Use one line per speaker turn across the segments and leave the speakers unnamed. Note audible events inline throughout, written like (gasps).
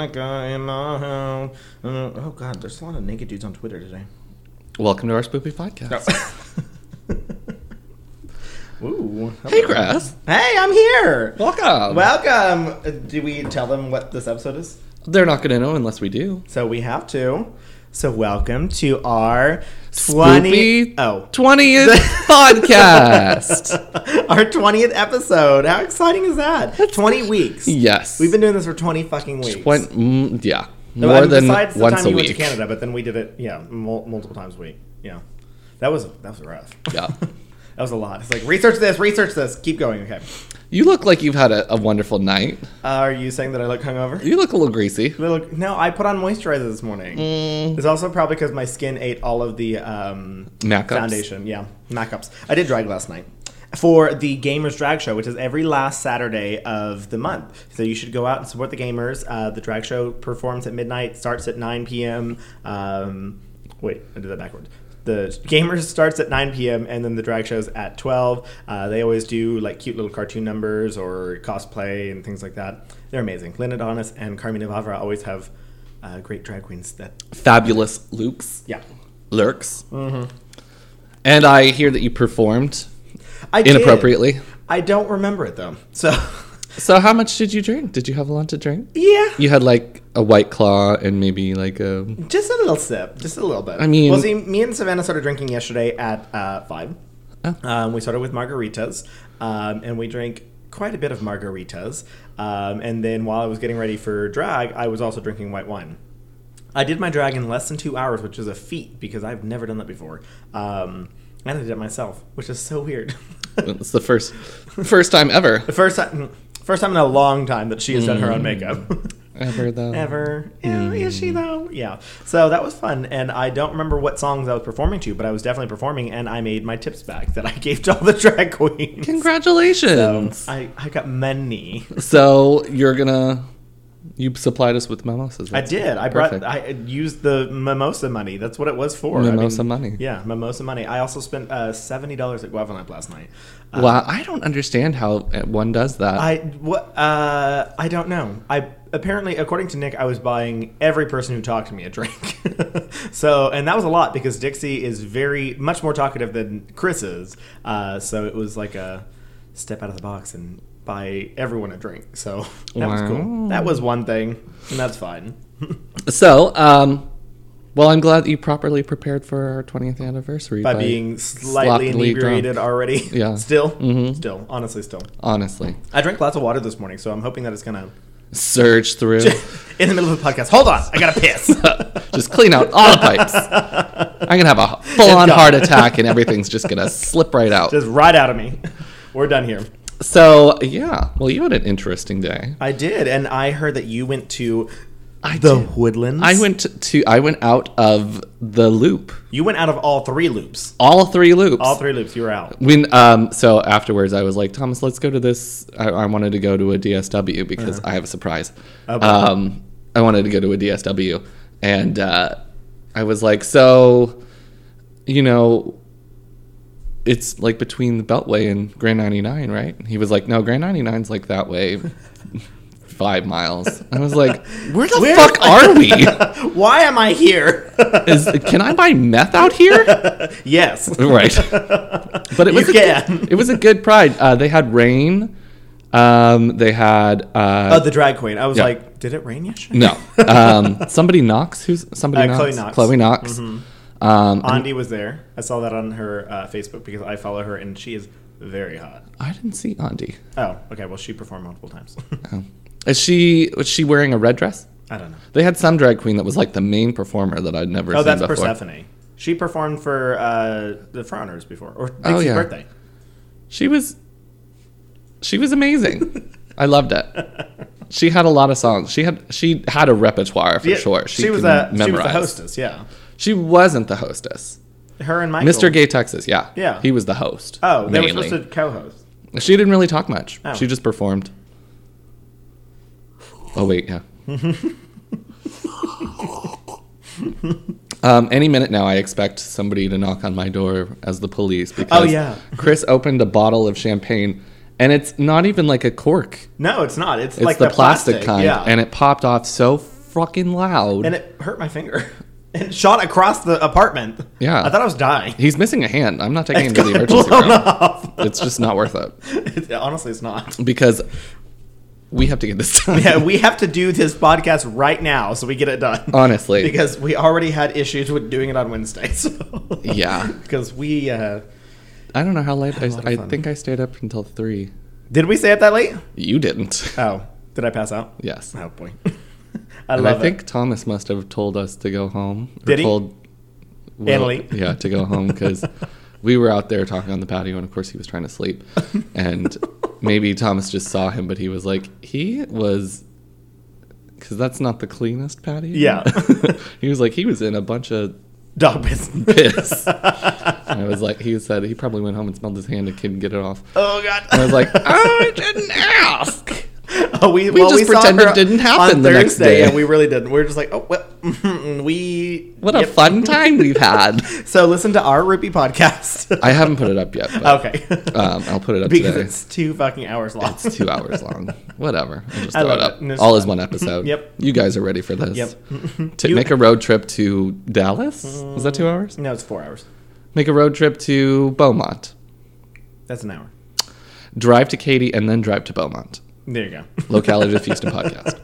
Monica in my house. Uh, oh God, there's a lot of naked dudes on Twitter today.
Welcome to our spoopy podcast.
(laughs) Ooh.
Hey, Grass.
Hey, I'm here.
Welcome.
Welcome. Uh, Do we tell them what this episode is?
They're not going to know unless we do.
So we have to. So welcome to our
Spoopy
twenty. Oh. (laughs)
20th (laughs) podcast.
our 20th episode. How exciting is that? 20 weeks.
Yes.
We've been doing this for 20 fucking weeks.
Twen- mm, yeah.
No,
More
I mean,
than
besides the
once
time
a
you
week.
went to Canada, but then we did it, yeah, mul- multiple times a week. Yeah, that was that was rough.
(laughs) Yeah.
that was a lot. It's like research this, research this. Keep going. Okay.
You look like you've had a, a wonderful night.
Uh, are you saying that I look hungover?
You look a little greasy.
Little, no, I put on moisturizer this morning.
Mm,
It's also probably because my skin ate all of the um,
Mac-ups.
foundation. Yeah, Mac ups. I did drag last night for the Gamers Drag Show, which is every last Saturday of the month. So you should go out and support the gamers. Uh, the drag show performs at midnight, starts at 9 p.m. Um, wait, I did that backwards. The gamers starts at 9 p.m. and then the drag shows at 12. Uh, they always do like cute little cartoon numbers or cosplay and things like that. They're amazing. Lynn Adonis and Carmina Vavra always have uh, great drag queens that
Fabulous looks.
yeah.
Lurks.
Mm-hmm.
And I hear that you performed
I did.
inappropriately.
I don't remember it though. So (laughs)
So, how much did you drink? Did you have a lot to drink?
yeah,
You had like a white claw and maybe like a.
just a little sip, just a little bit.
I mean-
well, see, me and Savannah started drinking yesterday at uh, five.
Oh.
Um, we started with margaritas, um, and we drank quite a bit of margaritas. Um, and then while I was getting ready for drag, I was also drinking white wine. I did my drag in less than two hours, which is a feat because I've never done that before. Um, and I did it myself, which is so weird. (laughs)
It's the first first time ever.
the first time, first time in a long time that she has done her own makeup.
Mm. (laughs) Ever though. Mm.
ever. Yeah, Is she though? Yeah. So that was fun, and I don't remember what songs I was performing to, but I was definitely performing, and I made my tips back that I gave to all the (laughs) drag queens. So
Congratulations. So,
I, I got many.
you're gonna you supplied us with mimosas.
I
That's
did. I brought.
perfect.
I used the mimosa money. That's what it was for.
Mimosa
I mean,
money.
Yeah, mimosa money. I also spent uh, seventy dollars at Guavanab last night. Uh,
Wow, I don't understand how one does that.
I what? Uh, I don't know. I apparently, according to Nick, I was buying every person who talked to me a drink. (laughs) so, and that was a lot because Dixie is very much more talkative than Chris is. Uh, so it was like a step out of the box and buy everyone a drink. So that was cool.
Wow.
That was one thing, and that's fine. (laughs)
so, um well, I'm glad that you properly prepared for our 20th anniversary
By being slightly
sloppily
inebriated
drunk.
already.
(laughs) Yeah.
Still.
Mhm.
Still. Honestly, still.
Honestly,
I drank lots of water this morning, so I'm hoping that it's gonna.
surge through.
(laughs) In the middle of the podcast. Hold on, I gotta piss.
(laughs) just clean out all the pipes. I'm gonna have a
gone.
full-on heart attack, and everything's just gonna slip right
(laughs)
out.
just right out of me. We're done here.
so, yeah. Well, you had an interesting day.
I did, and I heard that you went to
I
the
did.
woodlands.
I went to I went out of the loop.
You went out of all three loops.
All three loops.
All three loops. You were out.
when um so afterwards I was like, Thomas, let's go to this I, I wanted to go to a DSW because I have a surprise.
Oh, boy.
um I wanted to go to a DSW and uh I was like, so you know it's like between the Beltway and Grand 99, right? And he was like, no, Grand 99's like that way, (laughs) five miles. And I was like, where the
Where-
fuck are (laughs) we?
(laughs) Why am I here? (laughs)
Is, can I buy meth out here? (laughs)
yes.
Right. But it was
You
a
can.
Good, it was a good pride. Uh, they had rain. Um, they had
Oh,
uh,
the drag queen. I was
Yeah.
like, did it rain yesterday?
no. Um, somebody Knox. Who's somebody
Uh, Chloe
Knox?
Knox. Mm-hmm.
Chloe Knox. Um, and
Andy was there. I saw that on her uh, Facebook because I follow her, and she is very hot.
I didn't see Andy.
Oh, okay. Well, she performed multiple times. (laughs)
Oh. Is she was she wearing a red dress?
I don't know.
They had some drag queen that was like the main performer that I'd never
Oh,
seen
that's
before.
Persephone. She performed for uh, the Frontrunners before, or Dixie's
Oh, yeah.
birthday.
She was she was amazing. I loved it. She had a lot of songs. She had she had a repertoire for
Yeah,
sure.
She, was
could
a, she was the
memorize.
hostess. Yeah.
She wasn't the hostess.
Her and Michael.
Mr. Gay Texas, yeah.
Yeah.
He was the host.
Oh, they were
mainly.
supposed to co-host.
She didn't really talk much.
Oh.
She just performed. Oh
(laughs)
wait, yeah. um, any minute now, I expect somebody to knock on my door as the police because
Oh, yeah.
Chris opened a bottle of champagne and it's not even like a cork.
No, it's not. It's,
It's
like
the, plastic, kind,
Yeah.
and it popped off so fucking loud.
and it hurt my finger (laughs) and shot across the apartment.
Yeah.
I thought I was dying.
He's missing a hand. I'm
(laughs)
not taking him to the
Got
emergency
blown
room.
off.
It's just not worth it
(laughs) It- honestly, it's not.
because we have to get this
(laughs)
done.
Yeah, we have to do this podcast right now so we get it done. (laughs)
Honestly.
because we already had issues with doing it on Wednesday. (laughs) So. (laughs)
Yeah.
because we uh,
I don't know how late. I,
lot of
I
fun.
think I stayed up until three.
did we stay up that late?
You didn't.
Oh, did I pass out?
(laughs) Yes.
Oh boy, (laughs) I
and
love
I
it.
think Thomas must have told us to go home. or
Did he?
Told, well,
Annalee.
yeah, to go home because
(laughs)
we were out there talking on the patio, and of course he was trying to sleep.
(laughs)
And maybe Thomas just saw him, but he was like, he was, because that's not the cleanest patio.
Yeah.
(laughs) he was like, he was in a bunch of
dog Oh, business.
(laughs)
(laughs)
piss. and I was like, he said he probably went home and smelled his hand and couldn't get it off.
Oh god,
I was like,
(laughs)
I didn't ask.
Oh, we,
We
well,
just
we saw
pretend it
her on
didn't happen the next
Thursday,
day.
and we really didn't. We are just like, oh well, (laughs) we.
What a
yep.
fun time we've had.
So listen to our Ruby podcast.
(laughs) I haven't put it up yet. But,
okay, (laughs)
Um, I'll put it up
because
today.
it's two fucking hours long.
It's two hours long. Whatever. I'll just
I
throw
love
it
it,
up.
and it's
All
fun.
is one episode.
Yep.
You guys are ready for this.
(laughs) Yep.
To
You- Mm.
make a road trip to Dallas. Is that two hours?
no, it's four hours.
Make a road trip to Beaumont.
That's an hour.
Drive to Katy and then drive to Beaumont.
There you go.
Locality of
(laughs)
Houston podcast.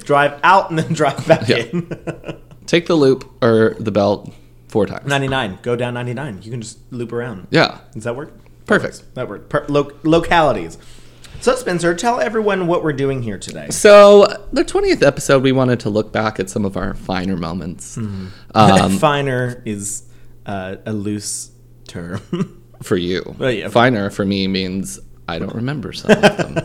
drive out and then (laughs) drive back
Yeah.
in. (laughs)
Take the loop or the belt four times.
ninety nine. Go down ninety nine. You can just loop around.
Yeah.
Does that work?
Perfect.
That work. Per- lo- localities. So Spencer, tell everyone what we're doing here today. (laughs)
So the twentieth episode, we wanted to look back at some of our finer moments
Mm-hmm.
um,
Finer is uh, a loose term. (laughs)
for you.
Oh, yeah.
Finer for me means I don't remember some
(laughs)
of them,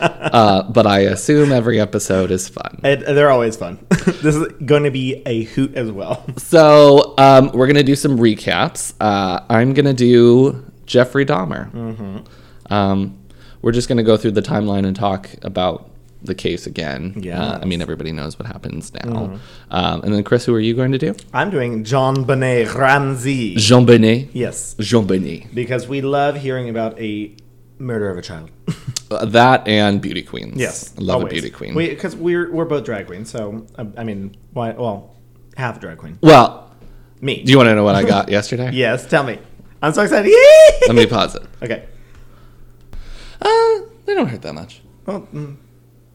uh, but I assume every episode is fun.
It, they're always fun. (laughs) this is going to be a hoot as well. (laughs)
So um, we're gonna do some recaps. Uh, I'm gonna do Jeffrey Dahmer.
Mm-hmm.
Um, we're just gonna go through the timeline and talk about the case again. Uh, I mean, everybody knows what happens now.
Mm-hmm.
Um, and then Chris, who are you going to do?
I'm doing John Bonnet Ramsey.
Jean Benet.
Yes,
Jean Benet.
because we love hearing about a murder of a child. (laughs)
Uh, That and beauty queens.
Yes,
I love a beauty queen.
Because we, are we're both drag queens, so I, I mean, why? Well, half drag queen.
well,
Me.
do you want to know what I got (laughs) yesterday?
yes, tell me. I'm so excited. (laughs)
Let me pause it.
okay.
Uh, they don't hurt that much.
Well, mm,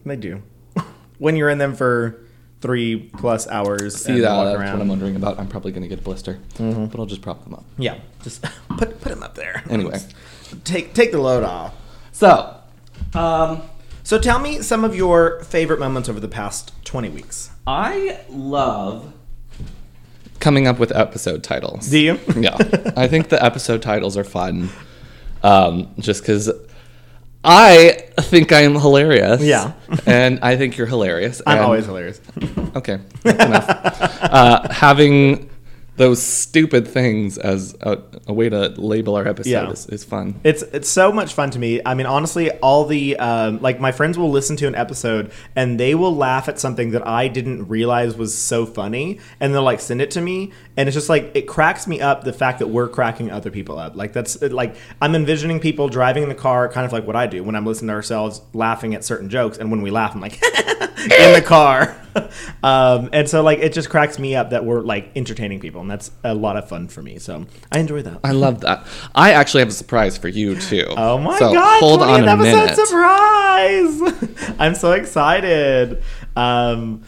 they do. (laughs) when you're in them for three plus hours
See,
and
that,
walk
that's what I'm
around. Mm-hmm.
wondering about. I'm probably going to get a blister, but I'll just prop them up.
Yeah, just (laughs) put put him up there.
Anyway.
Just take take the load off.
So, um,
So tell me some of your favorite moments over the past 20 weeks.
I love coming up with episode titles.
Do (laughs) you?
(laughs) yeah, I think the episode titles are fun, um, just because I think I am hilarious.
Yeah.
and I think you're hilarious.
(laughs) I'm
and-
always hilarious.
okay. That's enough. uh, having those stupid things as a, a way to label our episode
Yeah.
is, is fun.
It's it's so much fun to me. I mean, honestly, all the um, like my friends will listen to an episode and they will laugh at something that I didn't realize was so funny, and they'll like send it to me, and it's just like it cracks me up the fact that we're cracking other people up. Like that's it- like I'm envisioning people driving in the car, kind of like what I do when I'm listening to ourselves laughing at certain jokes, and when we laugh, I'm like (laughs) in the car, (laughs) um, and so like it just cracks me up that we're like entertaining people, and that's a lot of fun for me. So I enjoy that.
I love that. I actually have a surprise for you too.
Oh my god! Hold on a Surprise! (laughs) I'm so excited. Um,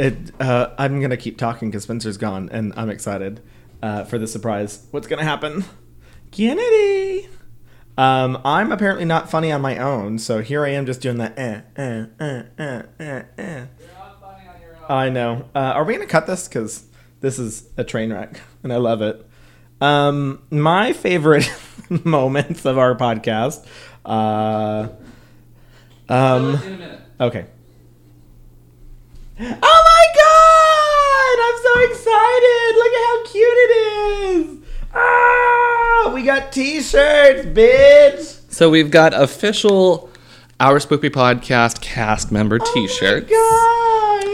it, uh, I'm gonna keep talking because Spencer's gone, and I'm excited uh, for the surprise. What's gonna happen? Kennedy. Um, I'm apparently not funny on my own, so here I am just doing that. Eh, eh, eh, eh, eh, eh. I know. Uh, are we gonna cut this? Because this is a train wreck, and I love it. Um, my favorite (laughs) moments of our podcast. Uh, um, okay. Oh my god! I'm so excited! Look at how cute it is! Ah! We got t-shirts, bitch!
So we've got official Our Spooky Podcast cast member T-shirt.
Oh my Oh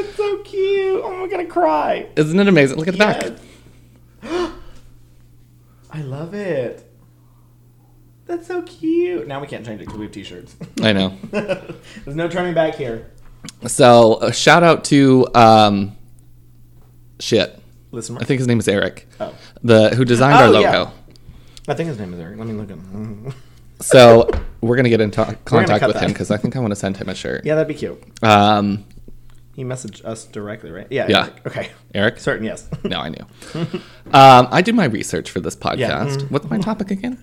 god! It's so cute! Oh, I'm gonna cry.
Isn't it amazing? Look at
(gasps)
the back.
Yes. I love it. That's so cute. Now we can't change it because we have T-shirts. (laughs)
I know.
There's no turning back here.
So a shout out to um, shit.
Listen,
I think his name is Eric,
Oh.
the who designed our
Oh,
logo.
yeah. I think his name is Eric. Let me look him. (laughs)
So we're gonna get in to- contact
cut
with him
that.
because I think I want to send him a shirt.
yeah, that'd be cute.
Um,
He messaged us directly, right? Yeah.
Yeah.
Eric. Okay.
Eric.
Certain, yes. (laughs)
No, I knew. um, I do my research for this podcast.
Yeah. Mm-hmm.
What's my
(laughs)
topic again?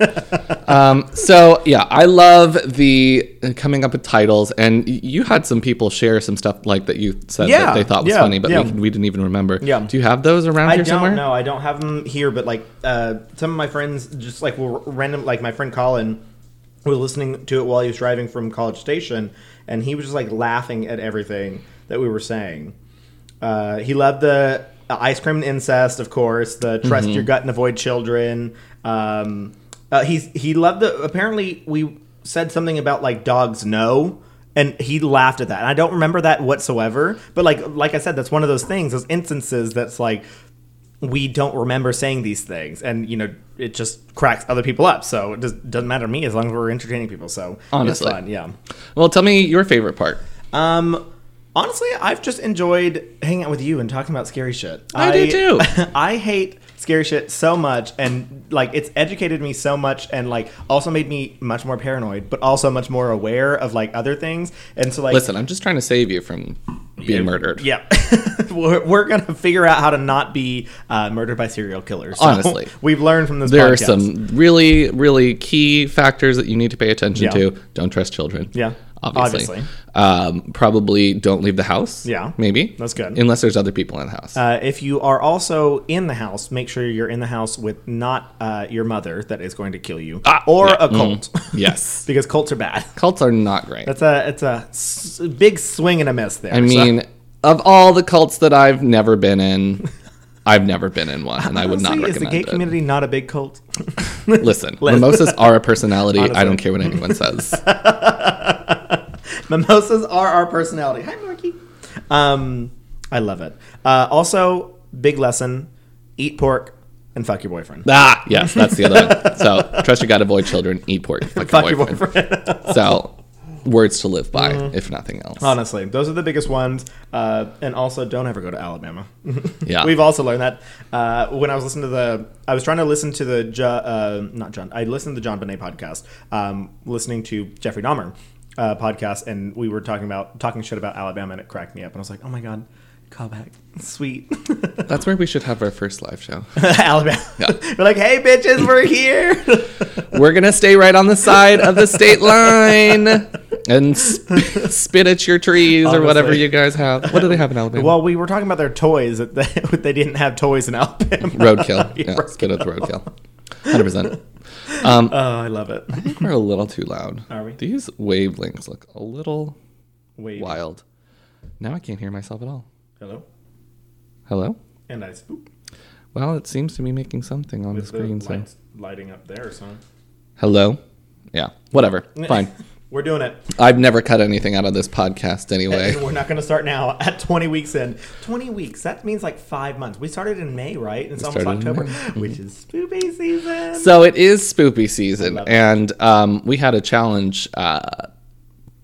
um, so yeah, I love the uh, coming up with titles, and y- you had some people share some stuff like that you said
Yeah,
that they thought was
yeah,
funny, but
yeah.
we, we didn't even remember.
Yeah.
Do you have those around
I
here
don't
somewhere?
know. I don't have them here, but like uh, some of my friends just like will random like my friend Colin was listening to it while he was driving from College Station, and he was just like laughing at everything that we were saying. Uh, he loved the uh, ice cream and incest, of course. The trust your gut and avoid children. Um, uh, he's he loved the. Apparently, we said something about like dogs know, and he laughed at that. And I don't remember that whatsoever. But like like I said, that's one of those things, those instances that's like we don't remember saying these things, and you know it just cracks other people up. So it does, doesn't matter to me as long as we're entertaining people. So
Honestly.
it's fun, yeah.
Well, tell me your favorite part.
Um, honestly, I've just enjoyed hanging out with you and talking about scary shit.
I do too.
(laughs) I hate scary shit so much, and like it's educated me so much, and like also made me much more paranoid, but also much more aware of like other things. And so like,
Listen, I'm just trying to save you from being murdered.
yeah, (laughs) we're, we're gonna figure out how to not be uh, murdered by serial killers. So
Honestly.
(laughs) we've learned from this.
There are
podcast.
some really, really key factors that you need to pay attention
Yeah.
to. Don't trust children.
Yeah.
Obviously.
Obviously.
Um, probably don't leave the house.
Yeah.
Maybe.
That's good.
Unless there's other people in the house.
Uh, if you are also in the house, make sure you're in the house with not uh, your mother that is going to kill you, or
Ah, yeah. mm-hmm.
a cult,
(laughs)
(laughs)
yes.
because cults are bad. (laughs)
Cults are not great.
That's a it's a s- big swing and a miss there.
I mean, of all the cults that I've never been in, (laughs) I've never been in one, and
(laughs)
I would not
is the
recommend
gay
it.
community not a big cult? (laughs)
Listen, mimosas are a personality. I don't care
(laughs)
what anyone says.
Mimosas are our personality. Hi, Marky. Um, I love it. Uh, also, big lesson: eat pork and fuck your boyfriend.
Ah, yes, that's the other one. So trust your gut, avoid children,
(laughs)
eat pork, fuck,
fuck
your boyfriend.
your boyfriend. (laughs)
so words to live by,
Mm-hmm.
if nothing else.
Honestly, those are the biggest ones. Uh, and also, don't ever go to Alabama. (laughs)
Yeah.
We've also learned that uh, when I was listening to the, I was trying to listen to the, Jo- uh, not John, I listened to the John Bonet podcast, um, listening to Jeffrey Dahmer uh, podcast, and we were talking about, talking shit about Alabama, and it cracked me up. And I was like, oh my God, callback. Sweet.
That's where we should have our first live show.
(laughs)
(laughs)
Alabama. (laughs) we're like, hey, bitches, we're here.
(laughs) We're gonna stay right on the side of the state line
(laughs)
and sp- spit at your trees or whatever
Honestly.
you guys have. What do they have in Alabama?
well, we were talking about their toys, that they, (laughs) they didn't have toys in Alabama. (laughs)
roadkill.
Yeah,
Yeah, spit at the roadkill. Hundred percent. Um, I
Oh, I love it.
(laughs) think we're a little too loud.
Are we?
These wavelengths look a little
Wait.
wild. Now I can't hear myself at all.
Hello?
Hello.
And I spook.
Well, it seems to be making something on the screen.
the
So
lights lighting up there, so.
hello. Yeah.
(laughs)
Whatever. Fine.
We're doing it.
I've never cut anything out of this podcast anyway.
And (laughs) we're not going to start now at 20 weeks in. 20 weeks, that means like five months. We started in May, right? It's almost
started in
October, (laughs)
May.
which is spoopy season.
So it is spoopy season,
love it.
and um, we had a challenge uh,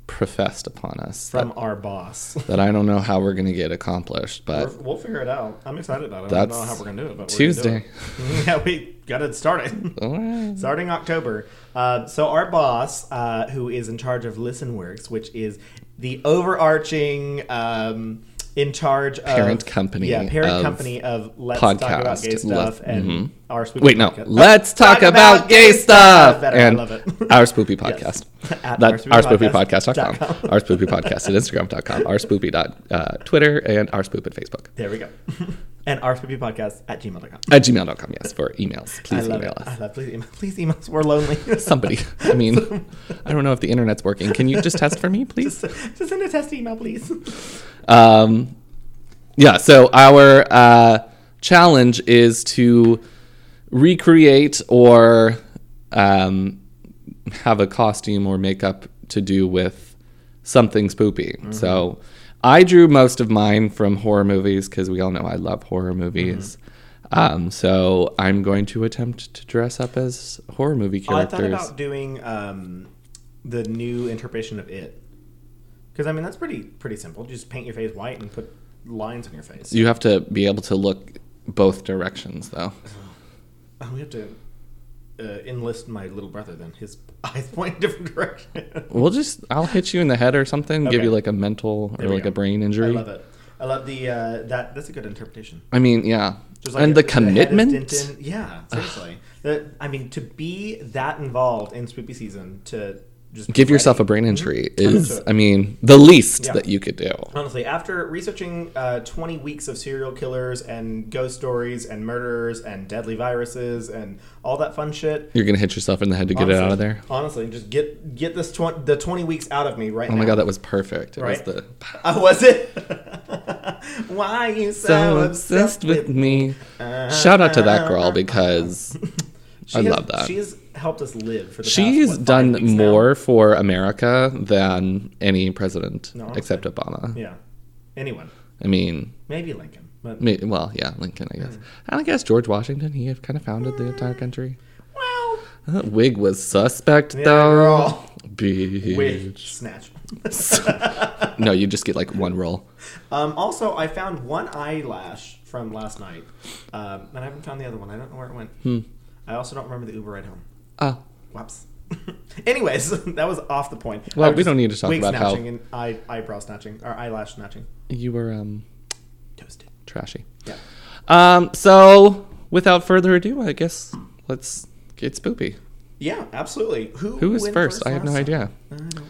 professed upon us that,
from our
(laughs)
boss.
that I don't know how we're going to get accomplished, but
We're- We'll figure it out. I'm excited about it. I don't know
That's
how we're going to do it, but
Tuesday.
We're gonna do it. (laughs) yeah, we got to start
(laughs)
it.
All right.
starting October. Uh, so our boss, uh, who is in charge of ListenWorks, which is the overarching um, in charge of
Parent company
yeah, parent
of
company of Let's Talk About
podcast.
Gay Stuff
Let-
and our spoopy
Wait, no.
podcast.
Let's talk, about, gay stuff.
Better,
and
I love it.
(laughs)
(laughs)
our spoopy podcast.
At
That's our spoopy
ourspoopypodcast.com.
podcast.com. Our spoopy podcast at instagram.com. Our spoopy dot uh, Twitter and our spoop at Facebook.
(laughs) there we go. (laughs) and our spoopy podcast at gmail.com.
At gmail.com, yes, for emails.
I
Please
love
email
it.
us.
I love please email. Please email us. We're lonely.
Somebody.
(laughs)
I mean, I don't know if the internet's working. Can you just test for me, please?
just, just send a test email, (laughs) please.
Um, yeah, so our uh, challenge is to recreate or um, have a costume or makeup to do with something spoopy.
Mm-hmm.
So I drew most of mine from horror movies because we all know I love horror movies.
Mm-hmm.
Um, so I'm going to attempt to dress up as horror movie
Oh, I
characters.
thought about doing um, the new interpretation of it. Because I mean that's pretty pretty simple. Just paint your face white and put lines on your face.
you have to be able to look both directions, though.
Oh, we have to uh, enlist my little brother. Then his eyes (laughs) point in different direction.
We'll just I'll hit you in the head or something, give
Okay.
you like a mental
There
or
we
like
go.
a brain
I
injury.
love it. I love the uh, that. That's a good interpretation.
I mean, yeah.
Just like
and the,
head of
commitment.
Denton- yeah, seriously. The- I mean, to be that involved in spooky season to just be
Give yourself
ready-
a brain injury
I'm
is,
into Mm-hmm. it.
I mean, the least
Yeah.
that you could do.
Honestly, after researching uh, 20 weeks of serial killers and ghost stories and murderers and deadly viruses and all that fun shit,
You're gonna hit yourself in the head to get it out of there.
Honestly, just get get this tw- the 20 weeks out of me right
Oh
now.
my god, that was perfect. It
Right. (laughs)
was (laughs) the
Uh, was it? (laughs) Why are you so,
so obsessed with me. Shout out to that
(laughs)
girl because
She
I
has-
love that.
She's helped us live for the
she's
past, what, five
done
weeks now?
more for America than any president
No, honestly.
except Obama.
Yeah. Anyone.
I mean,
Maybe Lincoln. But,
may- well, yeah, Lincoln, I
Mm.
guess. And I guess George Washington, he had kind of founded the entire country.
well,
That wig was suspect
yeah,
though.
girl.
Bitch.
Wait, (laughs) snatch.
(laughs) No, you just get like one roll.
Um, also, I found one eyelash from last night, um, and I haven't found the other one. I don't know where it went.
Hmm.
I also don't remember the Uber ride home.
Oh,
Whoops. (laughs) Anyways, (laughs) that was off the point.
Well,
I was
we don't
just
need to talk
wig
about how-
snatching and eye, eyebrow snatching or eyelash snatching.
you were um
Toasted.
trashy.
Yeah.
Um, so without further ado, I guess let's get spoopy.
Yeah, absolutely. Who
Who was
went
first? I have no
last time?
idea.
I don't remember.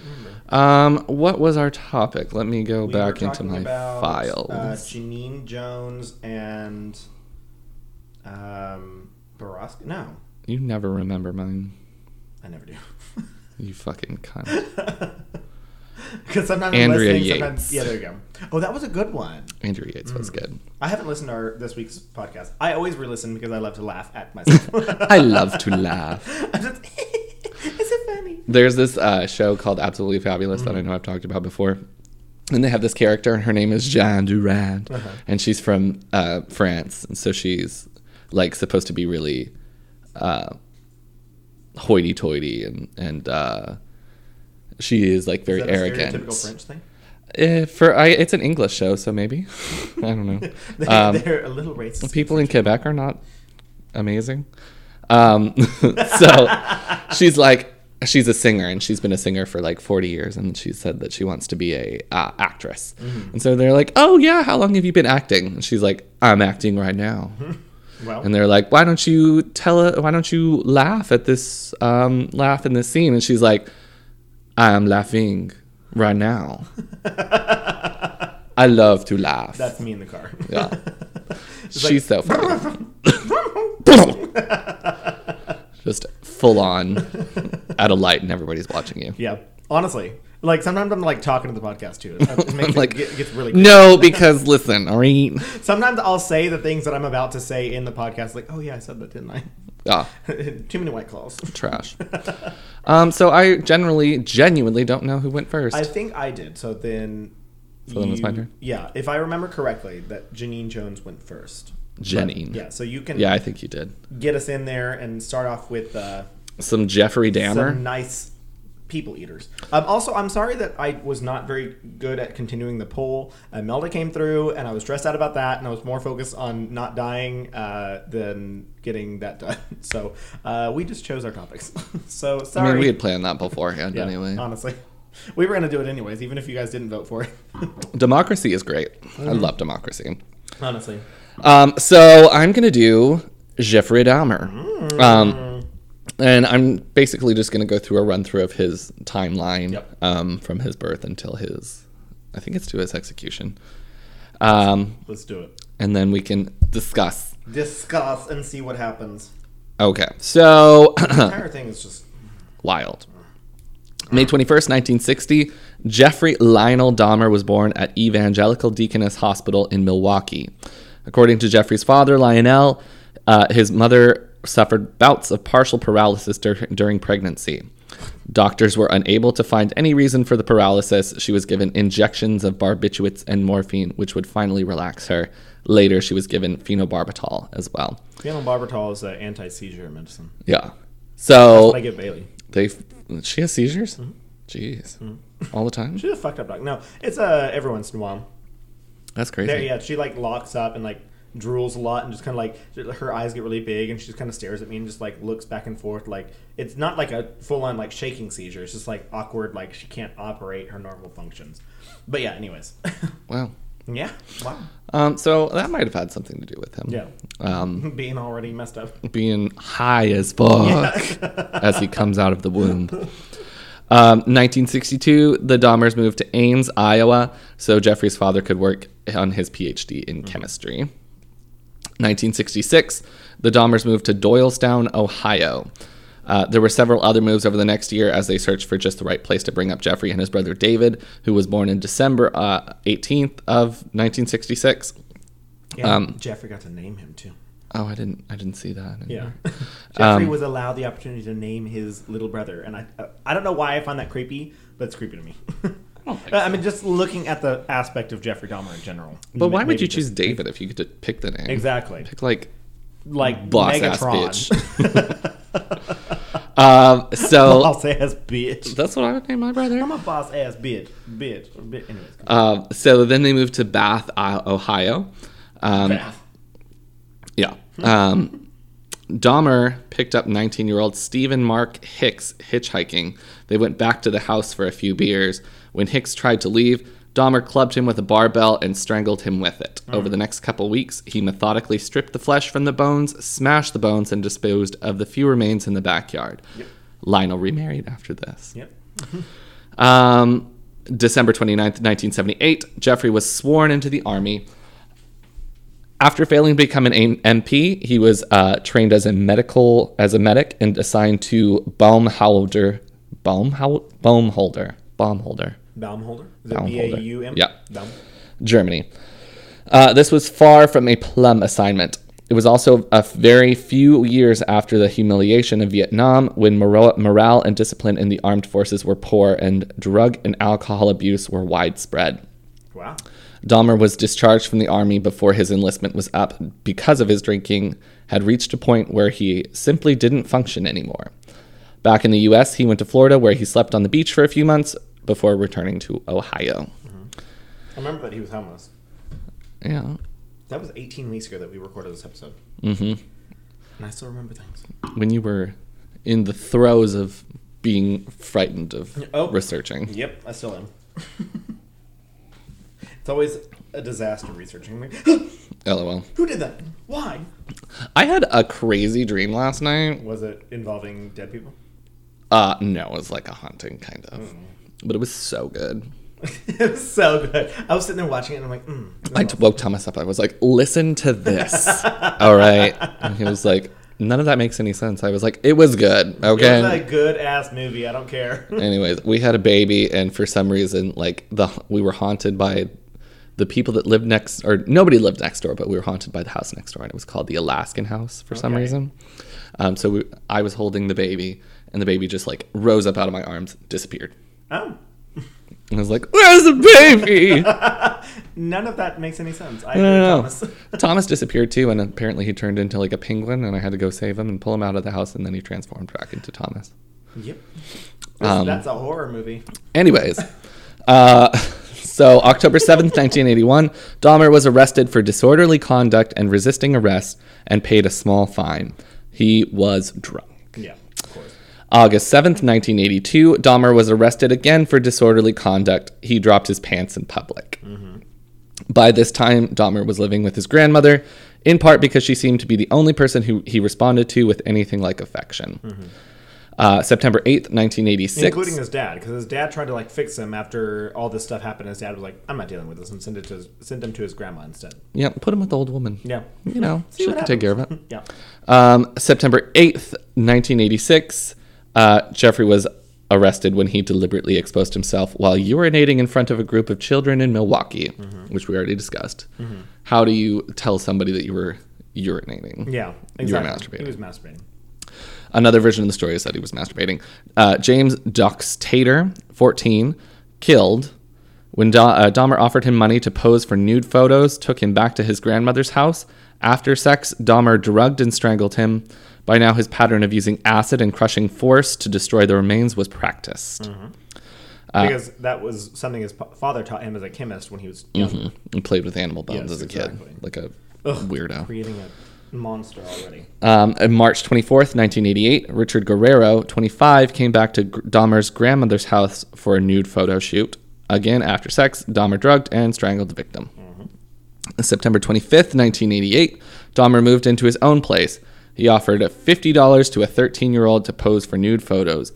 Um, what was our topic? Let me
We
go
were
back into
talking
my
about,
files.
Uh, Janine Jones and um, Baraska. No,
you never remember mine.
I never do. (laughs)
You fucking cunt.
Because sometimes
Andrea
I'm listening, sometimes
Yates.
yeah, there you go. Oh, that was a good one.
Andrew Yates was good.
I haven't listened to our this week's podcast. I always re-listen because I love to laugh at myself.
(laughs) I love to laugh.
(laughs) I'm just, is it funny?
There's this uh, show called Absolutely Fabulous
Mm-hmm.
that I know I've talked about before. And they have this character, and her name is Jeanne Durand.
Uh-huh.
And she's from uh, France. And so she's like supposed to be really uh, hoity toity. And, and uh, she is like very
is that
arrogant.
A stereotypical French thing.
Eh, for I, It's an English show,
(laughs)
so maybe. I don't know.
They,
Um,
they're a little racist.
people in Quebec are not amazing. Um, (laughs)
(laughs)
so she's like, she's a singer and she's been a singer for like 40 years and she said that she wants to be a uh, actress.
Mm-hmm.
And so they're like, oh yeah, how long have you been acting? And she's like, I'm acting
(laughs)
right now.
well,
And they're like, why don't you tell it? Why don't you laugh at this, um, laugh in this scene? And she's like, I am laughing right now. I love to
(laughs)
laugh.
that's me (laughs) in the car.
yeah.
It's like-
She's so funny. (laughs)
(laughs)
Just full on at a light, and everybody's watching you.
yeah, honestly, like sometimes I'm like talking to the podcast too.
(laughs)
It, makes
Like,
it get- gets really.
No, because listen,
(laughs)
all right.
Sometimes I'll say the things that I'm about to say in the podcast, like, "Oh yeah, I said that, didn't I?" (laughs)
Ah,
Too many white claws.
trash. Um, so I generally, genuinely don't know who went first.
I think I did. So then.
So then it's my
you-
turn?
Yeah, if I remember correctly, that Janine Jones went first.
Janine.
Yeah, so you can
Yeah, I think you did.
get us in there and start off with uh,
Some Jeffrey Dahmer.
some nice people eaters. Um, also, I'm sorry that I was not very good at continuing the poll. Uh, Melda came through, and I was stressed out about that, and I was more focused on not dying uh, than getting that done. (laughs) So uh, we just chose our topics. (laughs) so
I
sorry.
mean, we had planned that beforehand
Yeah, Um,
anyway.
honestly. (laughs) We were gonna do it anyways, even if you guys didn't vote for it. (laughs)
democracy is great. I
mm.
love democracy.
honestly,
Um, so I'm gonna do Jeffrey Dahmer,
Mm.
um, and I'm basically just gonna go through a run through of his timeline
Yep.
um, from his birth until his, I think it's to his execution, um,
let's do it.
and then we can discuss.
Discuss and see what happens.
Okay, so (clears throat)
The entire thing is just
wild. May 21st, 1960, Jeffrey Lionel Dahmer was born at Evangelical Deaconess Hospital in Milwaukee. According to Jeffrey's father, Lionel, uh, his mother suffered bouts of partial paralysis dur- during pregnancy. Doctors were unable to find any reason for the paralysis. She was given injections of barbiturates and morphine, which would finally relax her. Later, she was given phenobarbital as well.
Phenobarbital is an anti-seizure medicine.
Yeah.
That's what I
So
give Bailey.
they, she has seizures.
Mm-hmm.
Jeez, all the time.
She's a fucked up dog. No, it's uh, every once in a while.
That's
There,
crazy.
yeah, she like locks up and like drools a lot and just kind of like her eyes get really big and she just kind of stares at me and just like looks back and forth. Like it's not like a full on like shaking seizure. It's just like awkward. Like she can't operate her normal functions. But yeah, anyways. (laughs)
Wow.
yeah. Wow. (laughs)
Um, so that might have had something to do with him.
Yeah.
Um,
Being already messed up. (laughs)
being high as fuck as he comes out of the womb. Um, 1962, the Dahmers moved to Ames, Iowa, so Jeffrey's father could work on his PhD
Mm-hmm.
in chemistry. 1966, the Dahmers moved to Doylestown, Ohio. Uh, there were several other moves over the next year as they searched for just the right place to bring up Jeffrey and his brother David, who was born in December uh, 18th of 1966.
Yeah.
Um,
Jeffrey got to name him too.
Oh, I didn't, I didn't see that.
Yeah. Jeffrey
Um,
was allowed the opportunity to name his little brother, and I uh, I don't know why I find that creepy, but it's creepy to me. (laughs)
think
I mean, just looking at the aspect of Jeffrey Dahmer in general.
But why
Maybe
would you
just-
choose David if you could just pick the name?
exactly
Pick like
like
boss ass
Megatron? (laughs)
(laughs) um so
boss ass bitch.
that's what I would name my brother.
I'm a boss ass bitch, bitch, bitch. Anyways,
Um, so then they moved to Bath, I- Ohio. Um,
Bath.
Yeah. Um, Dahmer picked up 19 year old Stephen Mark Hicks hitchhiking. They went back to the house for a few beers. When Hicks tried to leave, Dahmer clubbed him with a barbell and strangled him with it. Over the next couple weeks, he methodically stripped the flesh from the bones, smashed the bones, and disposed of the few remains in the backyard. Lionel remarried after this.
Yep.
Um, December 29th, 1978, Jeffrey was sworn into the army. After failing to become an aim- MP, he was uh, trained as a medical as a medic and assigned to Baumholder, Baumhol- Baumholder, Baumholder,
Baumholder. Is it B
Baumholder.
A U M?
Yeah.
Baum.
Germany. Uh, this was far from a plum assignment. It was also a very few years after the humiliation of Vietnam when moro- morale and discipline in the armed forces were poor and drug and alcohol abuse were widespread.
Wow.
Dahmer was discharged from the army before his enlistment was up because of his drinking, had reached a point where he simply didn't function anymore. Back in the US, he went to Florida where he slept on the beach for a few months before returning to Ohio.
I remember that he was homeless.
Yeah.
That was 18 weeks ago that we recorded this episode. Mm-hmm. And I still remember things.
When you were in the throes of being frightened of
Oh.
researching.
Yep, I still am. (laughs) it's always a disaster researching.
LOL.
(gasps) Who did that? Why?
I had a crazy dream last night.
Was it involving dead people?
Uh no, it was like a haunting kind of. But it was so good.
(laughs) it was so good. I was sitting there watching it and I'm like, mm.
I t- woke Thomas up. I was like, listen to this. All right. And he was like, none of that makes any sense. I was like, it was good.
It
Okay.
was a good ass movie. I don't care. (laughs)
Anyways, we had a baby, and for some reason, like, the we were haunted by the people that lived next or nobody lived next door but we were haunted by the house next door and it was called the alaskan house for some
Okay.
reason um, so we, i was holding the baby and the baby just like rose up out of my arms disappeared
oh,
and i was like where's the
(laughs)
baby
none of that makes any sense. I
No, no, no.
Thomas. (laughs)
Thomas disappeared too, and apparently he turned into like a penguin, and I had to go save him and pull him out of the house, and then he transformed back into Thomas.
yep.
Um,
that's a horror movie.
Anyways, uh, (laughs) so October 7th, 1981, Dahmer was arrested for disorderly conduct and resisting arrest and paid a small fine. He was drunk.
Yeah, of course.
August 7th, 1982, Dahmer was arrested again for disorderly conduct. He dropped his pants in public. By this time, Dahmer was living with his grandmother, in part because she seemed to be the only person who he responded to with anything like affection. Uh, September 8th, 1986.
Including his dad, because his dad tried to like fix him after all this stuff happened. His dad was like, "I'm not dealing with this," and send it to his, send him to his grandma instead.
yeah, put him with the old woman.
Yeah.
You know, she
what
can take care of (laughs) it.
Yeah.
Um, September 8th, 1986, uh, Jeffrey was arrested when he deliberately exposed himself while urinating in front of a group of children in Milwaukee, which we already discussed. How do you tell somebody that you were urinating?
Yeah.
You were
Exactly.
masturbating.
He was masturbating.
Another version of the story said he was masturbating. Uh, James Dox Tater, 14, killed when da- uh, Dahmer offered him money to pose for nude photos, took him back to his grandmother's house. After sex, Dahmer drugged and strangled him. By now, his pattern of using acid and crushing force to destroy the remains was practiced.
Mm.
Uh,
because that was something his pa- father taught him as a chemist when he was young,
Mhm. And played with animal bones
Yes,
as a
exactly.
kid, like a weirdo.
creating a monster already.
Um, on March 24th, 1988, Richard Guerrero, 25, came back to Gr- Dahmer's grandmother's house for a nude photo shoot. Again, after sex, Dahmer drugged and strangled the victim. On September 25th, 1988, Dahmer moved into his own place. He offered $50 to a 13 year old to pose for nude photos,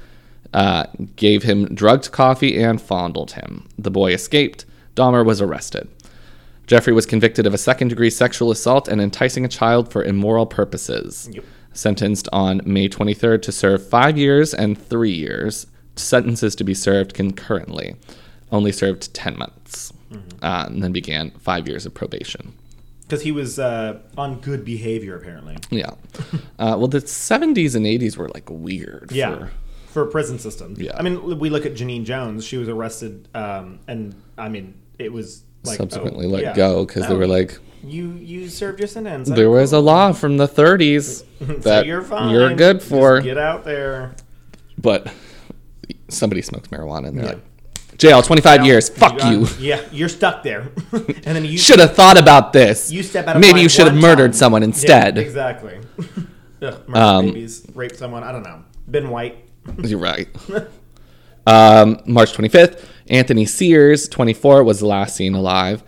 uh, gave him drugged coffee, and fondled him. The boy escaped. Dahmer was arrested. Jeffrey was convicted of a second degree sexual assault and enticing a child for immoral purposes.
Yep.
Sentenced on May 23rd to serve five years and three years. Sentences to be served concurrently. Only served 10 months.
Mm-hmm.
Uh, and then began five years of probation.
Because he was uh, on good behavior, apparently. (laughs)
Yeah. uh, well, the 70s and 80s were like weird.
Yeah.
For,
For, prison systems.
Yeah.
I mean, l- we look at Janine Jones. She was arrested, um, and I mean, it was like.
subsequently
oh,
let
yeah.
go because they
Oh,
were like,
You, you served your sentence.
there was a law from the 30s
(laughs)
that
so you're fine.
you're good
Just
for.
get out there.
but somebody smokes marijuana and they're
Yeah.
like, jail, 25 years, fuck
got-
(laughs) you.
Yeah, you're stuck there. (laughs) and then you
Should have thought about this.
You step out of
Maybe
line
you should have
one
murdered
time.
someone instead. Um,
Yeah, exactly. (laughs) Ugh, murder babies, rape someone. I don't know. Ben White.
(laughs)
(laughs)
You're right. um, March 25th, Anthony Sears, 24, was last seen alive.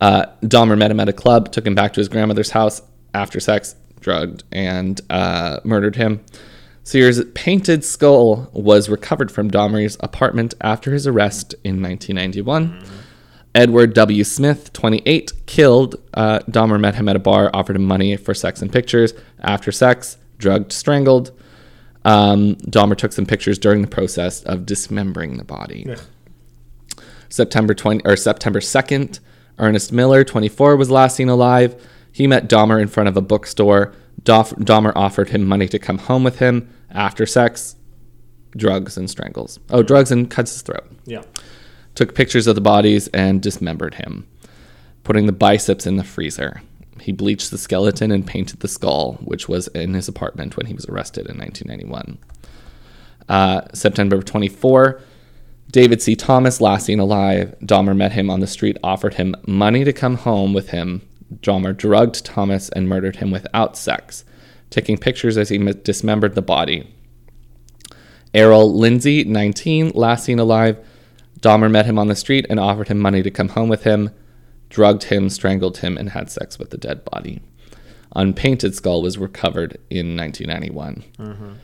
Uh, Dahmer met him at a club, took him back to his grandmother's house after sex, drugged, and uh, murdered him. Sears' painted skull was recovered from Dahmer's apartment after his arrest in 1991.
Mm-hmm.
Edward W. Smith, 28, killed. Uh, Dahmer met him at a bar, offered him money for sex and pictures. After sex, drugged, strangled. Um, Dahmer took some pictures during the process of dismembering the body.
Ugh.
September 20 or September 2nd, Ernest Miller, 24, was last seen alive. He met Dahmer in front of a bookstore. Doff, Dahmer offered him money to come home with him after sex, drugs and strangles. Oh, drugs and cuts his throat.
Yeah.
Took pictures of the bodies and dismembered him, putting the biceps in the freezer. He bleached the skeleton and painted the skull, which was in his apartment when he was arrested in 1991. Uh, September 24, David C. Thomas, last seen alive. Dahmer met him on the street, offered him money to come home with him. Dahmer drugged Thomas and murdered him without sex, taking pictures as he mi- dismembered the body. Errol Lindsay, 19, last seen alive. Dahmer met him on the street and offered him money to come home with him, drugged him, strangled him, and had sex with the dead body. Unpainted skull was recovered in 1991.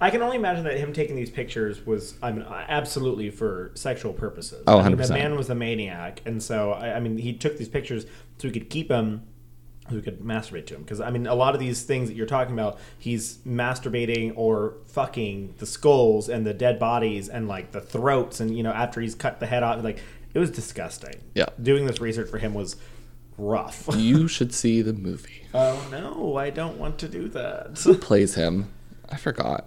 I can only imagine that him taking these pictures was, I mean, absolutely for sexual purposes.
Oh,
I mean, the
100%.
man was a maniac, and so I, I mean, he took these pictures so he could keep them, so he could masturbate to him. Because I mean, a lot of these things that you're talking about, he's masturbating or fucking the skulls and the dead bodies and like the throats, and you know, after he's cut the head off, like it was disgusting.
Yeah.
doing this research for him was rough. (laughs)
You should see the movie.
oh no, I don't want to do that.
plays him. I forgot.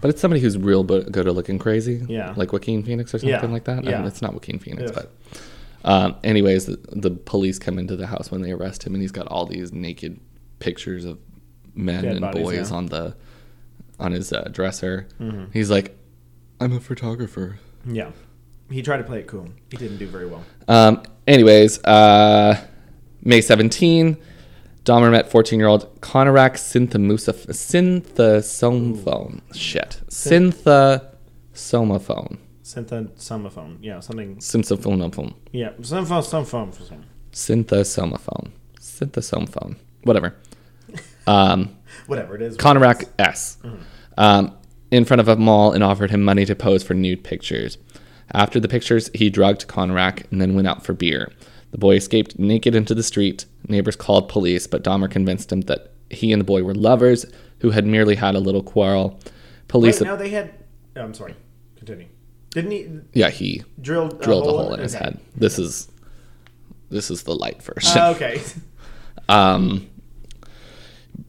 But it's somebody who's real but good at looking crazy.
Oh. Yeah.
Like Joaquin Phoenix or something
Yeah.
like that. I
Yeah.
mean, it's not Joaquin
Yes.
Phoenix, but. Um, anyways, the, the police come into the house when they arrest him, and he's got all these naked pictures of men
Dead
and
bodies,
boys
yeah. Mm-hmm.
on the on his uh, dresser. He's like, "I'm a photographer."
(laughs) yeah, he tried to play it cool. He didn't do very well.
Um, anyways, uh, May 17, Dahmer met 14 year old Conorak Synthamusa- Synthasomphone. Shit. Synthasomophone.
Synthosomophone. Yeah, something.
Synthasomophone.
Yeah, syntho- somophone for some.
Synthasomophone. Synthasomophone. Whatever. Um,
Whatever it is.
Conorak S. Um, in front of a mall and offered him money to pose for nude pictures. After the pictures, he drugged Conorak and then went out for beer. The boy escaped naked into the street. Neighbors called police, but Dahmer convinced him that he and the boy were lovers who had merely had a little quarrel. Police,
Wait, no, they had. Oh, I'm sorry. Continue. Didn't he
yeah, he
drilled a
drilled a
hole,
hole in his
okay.
(laughs) head. This is
Ah,
this is the light version.
Uh, okay.
Um,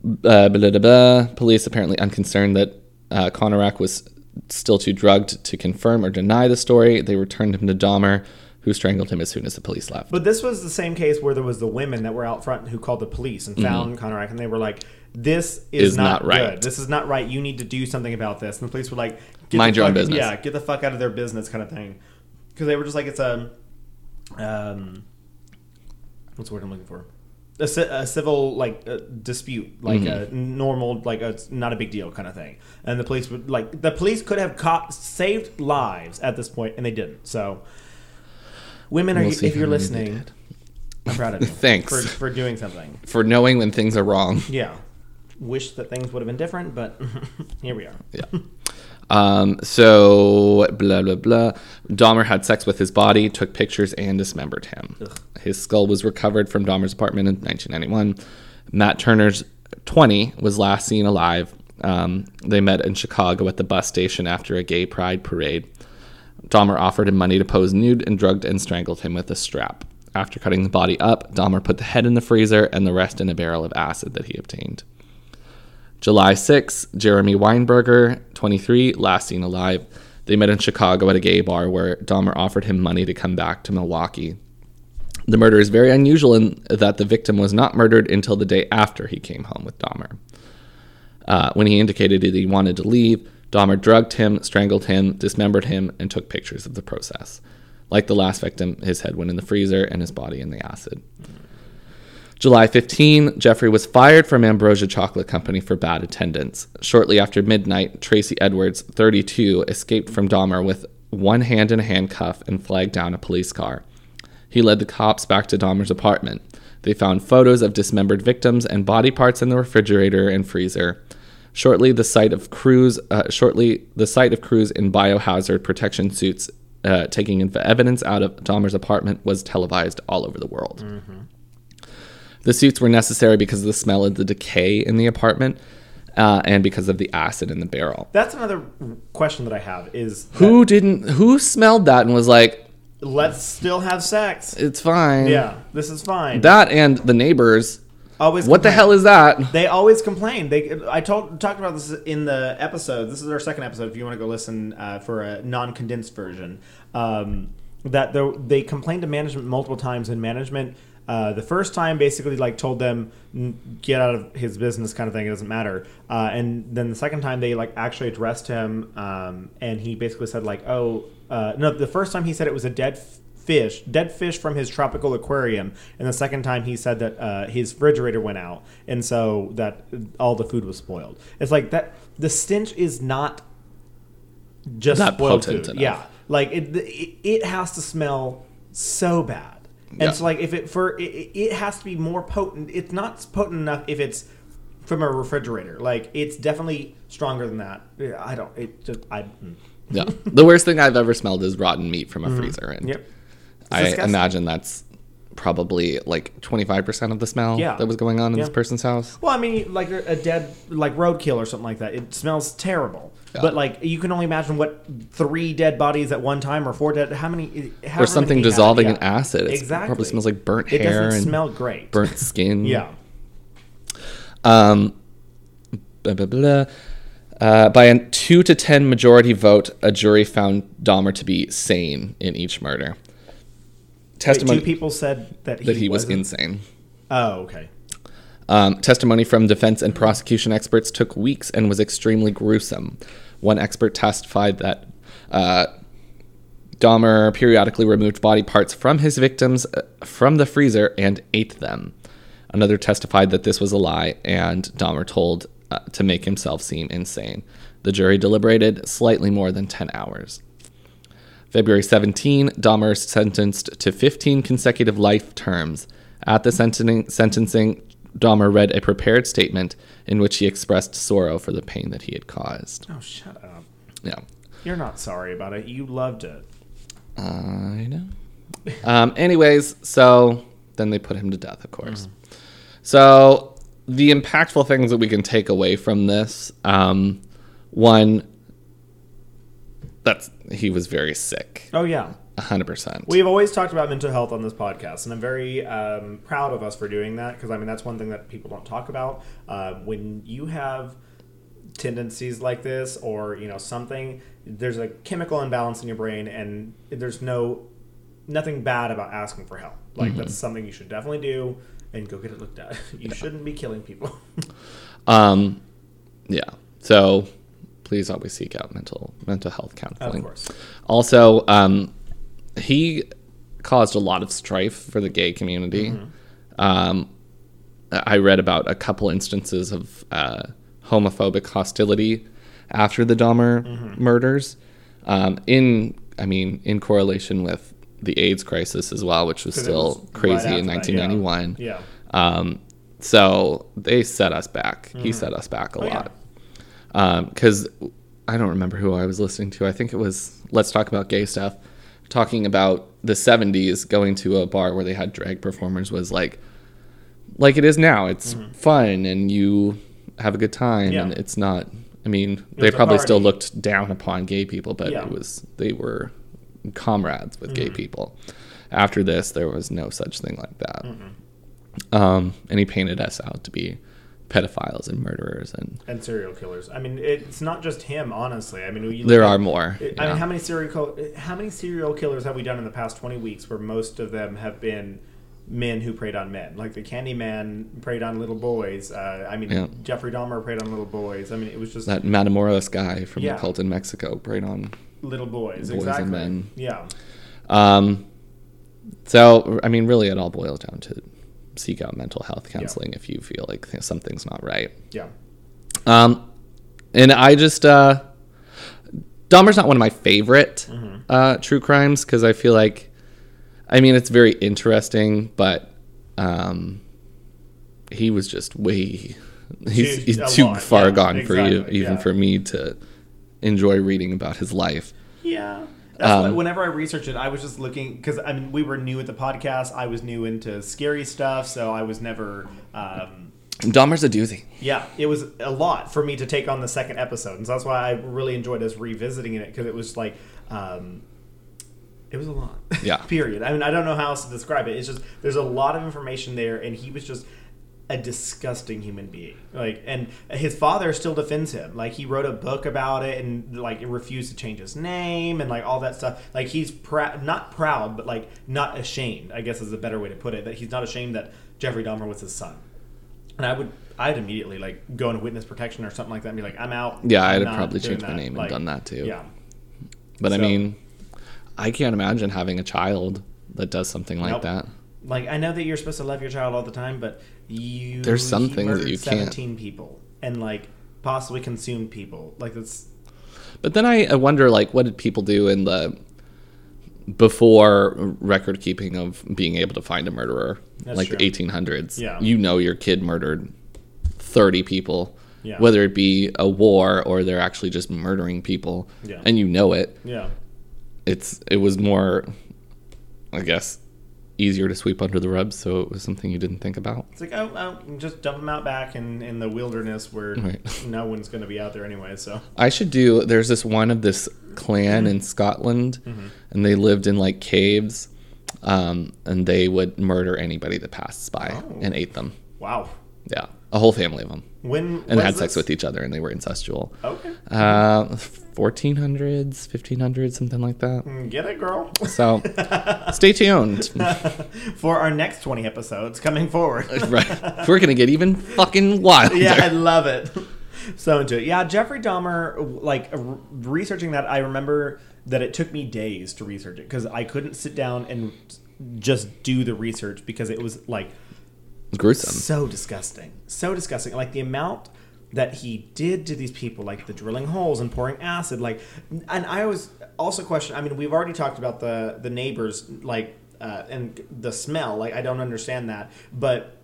Uh, blah, blah, blah, blah. Police apparently unconcerned that uh, Conorak was still too drugged to confirm or deny the story. They returned him to Dahmer, who strangled him as soon as the police left.
But this was the same case where there was the women that were out front who called the police and found Conorak, and they were like, "This is,
Mm-hmm. Is
not,
not right.
Good. This is not right. You need to do something about this." And the police were like, get
Mind
the
your own
fuck-
business.
Yeah, get the fuck out of their business, kind of thing. Because they were just like, "It's a, um, what's the word I'm looking for." A, ci- a civil like uh, dispute, like a
Mm-hmm.
normal, like a, it's not a big deal kind of thing, and the police would like the police could have caught saved lives at this point, and they didn't. So, women, are
We'll
you,
see
if
how
you're
many they
listening, I'm proud of you.
(laughs) Thanks.
for, for doing something.
For knowing when things are wrong.
Yeah, wish that things would have been different, but (laughs) here we are.
Yeah. Um, so, blah, blah, blah. Dahmer had sex with his body, took pictures, and dismembered him. His skull was recovered from Dahmer's apartment in 1991. Matt Turner's 20 was last seen alive. Um, they met in Chicago at the bus station after a gay pride parade. Dahmer offered him money to pose nude and drugged and strangled him with a strap. After cutting the body up, Dahmer put the head in the freezer and the rest in a barrel of acid that he obtained. July 6, Jeremy Weinberger, 23, last seen alive. They met in Chicago at a gay bar where Dahmer offered him money to come back to Milwaukee. The murder is very unusual in that the victim was not murdered until the day after he came home with Dahmer. Uh, when he indicated that he wanted to leave, Dahmer drugged him, strangled him, dismembered him, and took pictures of the process. Like the last victim, his head went in the freezer and his body in the acid. July 15, Jeffrey was fired from Ambrosia Chocolate Company for bad attendance. Shortly after midnight, Tracy Edwards, 32, escaped from Dahmer with one hand in a handcuff and flagged down a police car. He led the cops back to Dahmer's apartment. They found photos of dismembered victims and body parts in the refrigerator and freezer. Shortly, the sight of crews, uh, shortly the sight of crews in biohazard protection suits uh, taking inv- evidence out of Dahmer's apartment was televised all over the world. The suits were necessary because of the smell of the decay in the apartment uh, and because of the acid in the barrel.
That's another question that I have is
Who didn't? Who smelled that and was like,
let's still have sex.
"It's fine."
Yeah, this is fine.
That and the neighbors.
always
What the
complain.
hell is
(laughs)
that?
They always complain. They I told talked about this in the episode. This is our second episode. If you want to go listen uh, for a non condensed version, um, that there- they complained to management multiple times, and management uh, the first time basically like told them "N- get out of his business kind of thing. It doesn't matter. Uh, and then the second time they like actually addressed him, um, and he basically said like, oh uh, no. The first time he said it was a dead. F- fish, dead fish from his tropical aquarium. And the second time he said that uh, his refrigerator went out, and so that all the food was spoiled. It's like that. The stench is not just
Not
spoiled
potent
food.
enough.
Yeah, like it, it, it has to smell so bad. And
Yeah.
so like if it for it, it has to be more potent. It's not potent enough if it's from a refrigerator. Like it's definitely stronger than that. Yeah, I don't. It just I. mm.
yeah. The worst thing I've ever smelled is rotten meat from a freezer. And
Mm-hmm. Yep.
I
disgusting.
imagine that's probably like 25% of the smell
Yeah.
that was going on in this
Yeah.
person's house.
Well, I mean, like a dead, like roadkill or something like that. It smells terrible.
Yeah.
But like, you can only imagine what three dead bodies at one time, or four dead. How many?
Or something dissolving in acid. It's-
Exactly.
It probably smells like burnt
It
hair
doesn't
and
smell great.
burnt skin.
Yeah.
Um, blah, blah, blah. Uh, by a two to ten majority vote, a jury found Dahmer to be sane in each murder. Testimony
Two people said that he,
that he was
wasn't-
insane.
Oh, okay.
Um, testimony from defense and prosecution experts took weeks and was extremely gruesome. One expert testified that uh, Dahmer periodically removed body parts from his victims uh, from the freezer and ate them. Another testified that this was a lie, and Dahmer told uh, to make himself seem insane. The jury deliberated slightly more than 10 hours. February 17, Dahmer is sentenced to 15 consecutive life terms. At the sentencing, sentencing, Dahmer read a prepared statement in which he expressed sorrow for the pain that he had caused.
Oh, shut up.
Yeah,
You're not sorry about it. You loved it.
I know. Um, anyways, so then they put him to death, of course. So the impactful things that we can take away from this, um, one, that's he was very sick.
Oh yeah.
hundred percent.
We've always talked about mental health on this podcast, and I'm very um, proud of us for doing that because I mean that's one thing that people don't talk about. Uh, when you have tendencies like this, or you know something, there's a chemical imbalance in your brain, and there's no nothing bad about asking for help. Like
Mm-hmm.
that's something you should definitely do and go get it looked at. (laughs) You shouldn't be killing people. (laughs)
Um, yeah. So please always seek out mental mental health
of
counseling.
course,
Also, um, he caused a lot of strife for the gay community.
Mm-hmm.
Um, I read about a couple instances of uh, homophobic hostility after the Dahmer
Mm-hmm.
murders. Um, in, I mean, in correlation with the AIDS crisis as well, which was
'Cause it
still
was right
crazy
after
in
that, yeah.
1991.
yeah.
Um, so they set us back. He set us back a
Mm-hmm. Oh, yeah.
lot. Because I don't remember who I was listening to. I think it was Let's Talk About Gay Stuff, talking about the 70s going to a bar where they had drag performers was like, like it is now. It's fun and you have a good time.
Mm-hmm. Yeah.
And it's not, I mean,
was
they
a
probably still
party.
looked down upon gay people, but
Yeah. Mm-hmm.
it was, they were comrades with gay people. After this, there was no such thing like that
Mm-hmm.
um, and he painted us out to be pedophiles and murderers, and
And serial killers. I mean, it's not just him, honestly. I mean, you look
there
at-
are more.
I
yeah.
mean, how many serial kill- how many serial killers have we done in the past twenty weeks? Where most of them have been men who preyed on men, like the Candyman preyed on little boys. Uh, I mean,
Yeah.
Jeffrey Dahmer preyed on little boys. I mean, it was just
that Matamoros guy from
Yeah.
the cult in Mexico, right on.
little boys,
Boys and
exactly.
men.
Yeah,
Um, so I mean, really, it all boils down to seek out mental health counseling if you feel like th- something's not right.
yeah.
Um, and I just uh, Dahmer's not one of my favorite
Mm-hmm.
uh, true crimes because I feel like, I mean, it's very interesting, but um, he was just way he's,
Too-
he's
a
too
lot,
far
yeah,
gone for you,
exactly,
even
yeah.
for me to enjoy reading about his life.
Yeah. That's
Um,
why whenever I researched it, I was just looking because I mean we were new at the podcast. I was new into scary stuff, so I was never. Um,
Dahmer's a doozy.
yeah, it was a lot for me to take on the second episode, and so that's why I really enjoyed us revisiting it because it was like, um, it was a lot.
Yeah.
(laughs) Period. I mean, I don't know how else to describe it. It's just there's a lot of information there, and he was just a disgusting human being. Like, and his father still defends him. Like, he wrote a book about it, and like refused to change his name, and like all that stuff. Like, he's prou- not proud, but like not ashamed. I guess is a better way to put it. That he's not ashamed that Jeffrey Dahmer was his son. And I would, I'd immediately like go into witness protection or something like that, and be like, I'm out.
Yeah, I'd
I'm
have
not
probably
doing
changed my name and done that too.
Yeah.
But I
So-
mean, I can't imagine having a child that does something like
Nope.
that.
Like I know that you're supposed to love your child all the time, but you
There's some
he
things that
murdered
you can't.
Seventeen people and like possibly consumed people. Like that's
But then I I wonder, like, what did people do in the before record keeping of being able to find a murderer,
That's
like
true.
the 1800s?
Yeah.
You know, your kid murdered 30 people,
Yeah.
whether it be a war or they're actually just murdering people,
Yeah.
and you know it.
yeah,
It's it was more, I guess, easier to sweep under the rug, so it was something you didn't think about.
it's like oh, oh just dump them out back in in the wilderness where
Right.
no one's going to be out there anyway. So
I should do. There's this one of this clan
Mm-hmm.
in Scotland, and they lived in like caves, um, and they would murder anybody that passed by
Oh.
and ate them.
wow,
Yeah, a whole family of them,
when
and they had sex with each other, and they were incestual.
Okay,
Uh, 1400s, 1500s, something like that.
get it, girl.
So, stay tuned.
(laughs)
(laughs)
For our next twenty episodes coming forward.
right, we're gonna get even fucking
(laughs)
wild.
yeah, I love it. So into it. Yeah, Jeffrey Dahmer, like re- researching that, I remember that it took me days to research it because I couldn't sit down and just do the research because it was like
gruesome.
so disgusting. So disgusting. Like the amount that he did to these people, like the drilling holes and pouring acid, like and I was also question I mean, we've already talked about the the neighbors like uh, and the smell, like I don't understand that. But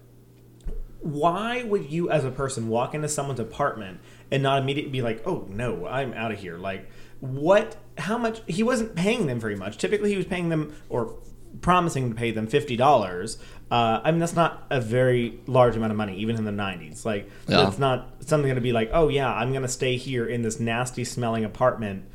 why would you as a person walk into someone's apartment and not immediately be like, "Oh no, I'm out of here." Like what how much he wasn't paying them very much. Typically he was paying them or promising to pay them $50. Uh, I mean that's not a very large amount of money even in the 90s. Like
Yeah.
that's not something going to be like, "Oh yeah, I'm going to stay here in this nasty smelling apartment."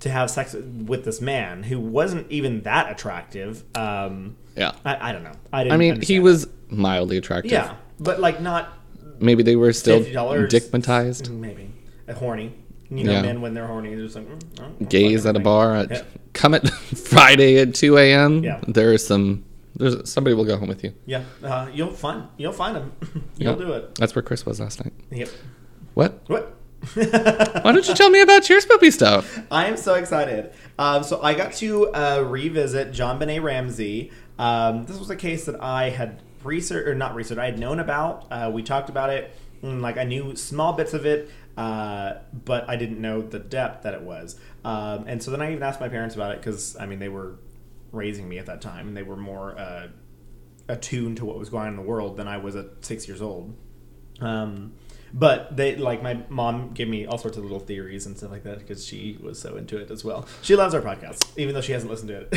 to have sex with this man who wasn't even that attractive. Um,
Yeah.
I, I don't know. I didn't.
I mean, he
understand.
was mildly attractive.
Yeah, but like not
Maybe they were still
$50.
dickmatized.
maybe uh, horny. You know,
Yeah.
men when they're horny, they're just like mm, I don't know,
Gays
fuck
at a
everything.
bar. At,
Yeah.
Come at (laughs) Friday at 2 a.m.
Yeah.
There is some. There's somebody will go home with you.
Yeah, uh, you'll find you'll find him. (laughs) you'll
Yeah.
do it.
That's where Chris was last night.
Yep.
What?
What? (laughs)
Why don't you tell me about your spoopy stuff?
(laughs) I am so excited. Um, so I got to uh, revisit John Benet Ramsey. Um, this was a case that I had researched, or not researched, I had known about. Uh, we talked about it, and like I knew small bits of it, uh, but I didn't know the depth that it was. Um, and so then I even asked my parents about it because, I mean, they were raising me at that time, and they were more uh, attuned to what was going on in the world than I was at six years old. Um, but they like my mom gave me all sorts of little theories and stuff like that because she was so into it as well. She loves our podcast, even though she hasn't listened to it.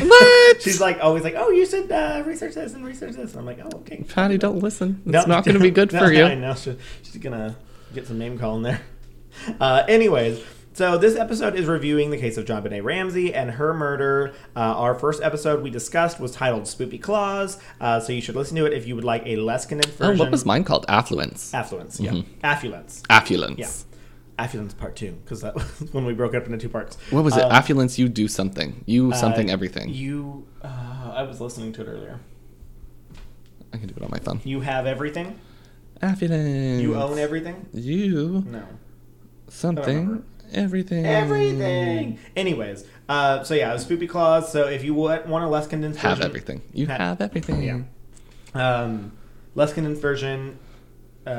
(laughs)
What?
She's like always like, "Oh, you should uh, research this and research this," and I'm like, "Oh, okay."
Patty, don't listen.
No,
It's not going to
(laughs)
be good
no,
for
I
you.
know she, she's gonna get some name calling there. (laughs) Uh, anyways, so this episode is reviewing the case of John Benet Ramsey and her murder. Uh, our first episode we discussed was titled "Spoopy Claws," uh, so you should listen to it if you would like a less condensed
Oh,
version.
what was Mm-hmm. mine called? Affluence.
affluence? Yeah, affluence.
Affluence.
Yeah. Affluence part two, because that (laughs) was when we broke it up into two parts.
What was it?
Uh,
Affluence. You do something. You something.
uh,
everything.
You, uh, I was listening to it earlier.
I can do it on my phone.
You have everything.
Affluence.
You own everything.
You
No.
something.
remember.
Everything.
Everything. Mm. Anyways, uh, so yeah, it was Spoopy Claws. So if you wa- want a less condensed
Have
version,
everything. You
Ha-
have everything.
Yeah. Um, less condensed version uh,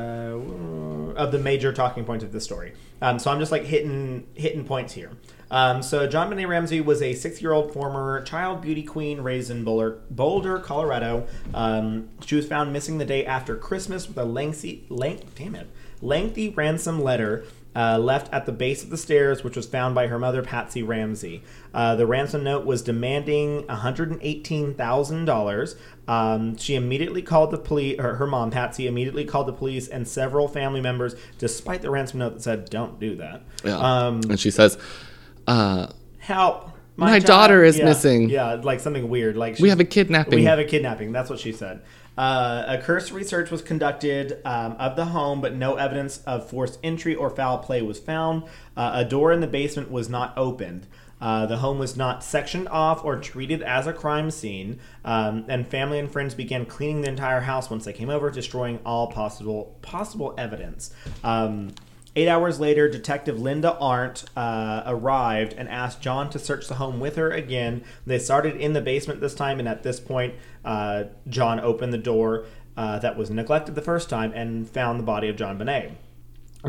of the major talking points of this story. Um, so I'm just like hitting hitting points here. Um, so John Benet Ramsey was a six-year-old former child beauty queen raised in Boulder, Boulder Colorado. Um, she was found missing the day after Christmas with a lengthy, length, damn it, lengthy ransom letter uh, left at the base of the stairs, which was found by her mother, Patsy Ramsey. Uh, the ransom note was demanding $118,000. Um, she immediately called the police, or her mom, Patsy, immediately called the police and several family members, despite the ransom note that said, don't do that.
Yeah.
Um,
and she says, uh,
help.
My
child-
daughter is
yeah,
missing.
Yeah, like something weird. Like
"We have a
she's-
kidnapping."
we have a kidnapping. That's what she said. Uh, a cursory search was conducted um, of the home, but no evidence of forced entry or foul play was found. Uh, a door in the basement was not opened. Uh, the home was not sectioned off or treated as a crime scene, um, and family and friends began cleaning the entire house once they came over, destroying all possible possible evidence. Um, Eight hours later, Detective Linda Arndt uh, arrived and asked John to search the home with her again. They started in the basement this time, and at this point, uh, John opened the door uh, that was neglected the first time and found the body of John Benet.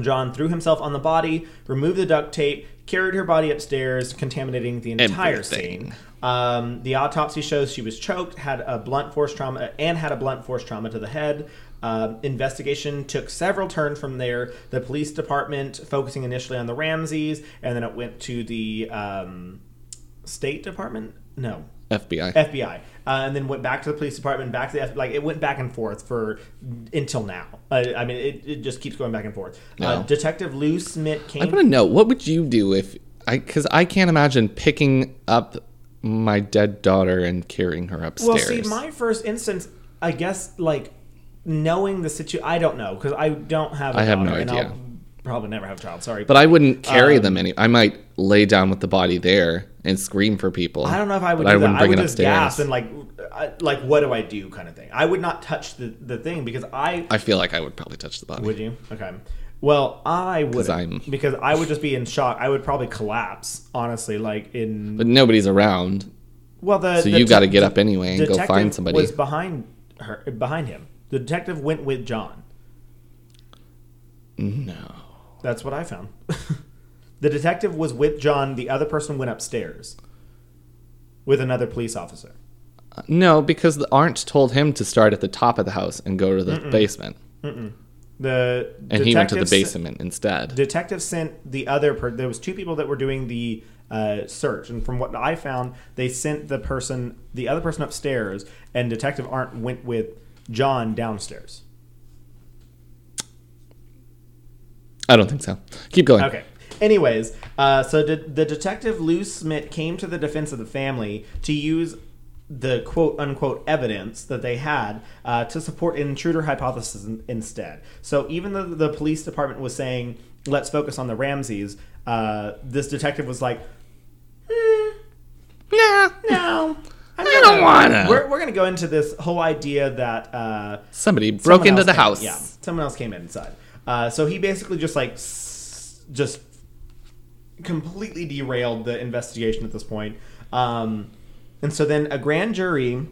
John threw himself on the body, removed the duct tape, carried her body upstairs, contaminating the entire
Everything.
scene. Um, the autopsy shows she was choked, had a blunt force trauma, and had a blunt force trauma to the head. Um investigation took several turns from there. The police department focusing initially on the Ramses, and then it went to the um, State Department. No,
FBI.
FBI, uh, and then went back to the police department, back to the FBI. Like it went back and forth for until now. Uh, I mean, it, it just keeps going back and forth. Uh,
No.
Detective Lou Smith came.
I want to know what would you do if I because I can't imagine picking up my dead daughter and carrying her upstairs.
well, see, my first instance, I guess, like knowing the situation, I don't know because I don't have. I
I have no idea.
I'll probably never have a child. Sorry,
but I wouldn't carry
um,
them any. I might lay down with the body there and scream for people.
I don't know if I would.
but
do
I wouldn't
that.
bring
I would
it
just
upstairs.
gasp and like, I, like, what do I do? Kind of thing. I would not touch the the thing because I
I feel like I would probably touch the body.
Would you? Okay. Well, I would
I'm-
because I would just be in shock. I would probably collapse, honestly. Like in
but nobody's around,
well, the
so
the
you got to
te-
get up anyway and go
detective
find somebody.
Was behind her, behind him. The detective went with John.
no,
That's what I found. (laughs) the detective was with John. The other person went upstairs with another police officer.
no, because the aren't told him to start at the top of the house and go to the basement,
The
and he went to the
detective sen-
basement instead.
detective sent the other per- there was two people that were doing the uh, search and from what i found they sent the person the other person upstairs and detective arndt went with john downstairs
I don't think so. Keep going. (laughs)
okay Anyways, uh, so de- the detective Lou Smith came to the defense of the family to use the quote unquote evidence that they had uh, to support an intruder hypothesis in- instead. So even though the police department was saying, let's focus on the Ramses, uh, this detective was like, "Hmm,
Yeah.
no. I'm
I don't wanna."
We're, we're going to go into this whole idea that uh,
Somebody broke
Someone
into
else
the
came-
house.
Yeah, someone else came inside. Uh, so he basically just like s- just completely derailed the investigation at this point. Um, and so then a grand jury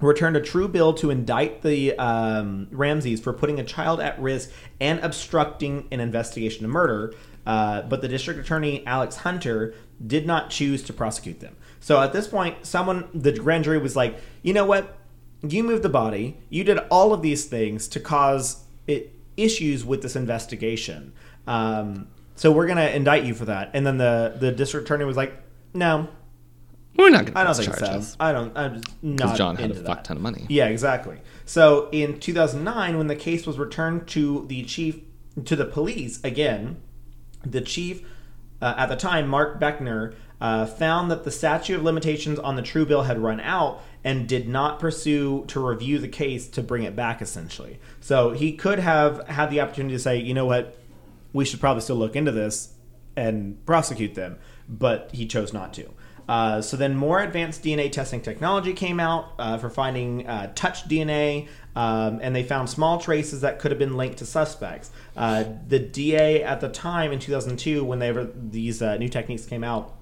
returned a true bill to indict the um, Ramses for putting a child at risk and obstructing an investigation of murder. Uh, but the district attorney Alex Hunter did not choose to prosecute them. So at this point, someone the grand jury was like, you know what? You moved the body. You did all of these things to cause it issues with this investigation. Um, so we're gonna indict you for that. And then the the district attorney was like, no,
We're not going
I
to
don't
press
think
charges.
so. I don't. I'm just not.
Because John had a
into
fuck
that.
ton of money.
Yeah, exactly. So in 2009, when the case was returned to the chief, to the police again, the chief uh, at the time, Mark Beckner, uh, found that the statute of limitations on the true bill had run out and did not pursue to review the case to bring it back, essentially. So he could have had the opportunity to say, you know what, we should probably still look into this and prosecute them, but he chose not to. Uh, so then, more advanced DNA testing technology came out uh, for finding uh, touch DNA, um, and they found small traces that could have been linked to suspects. Uh, the DA at the time in 2002, whenever these uh, new techniques came out,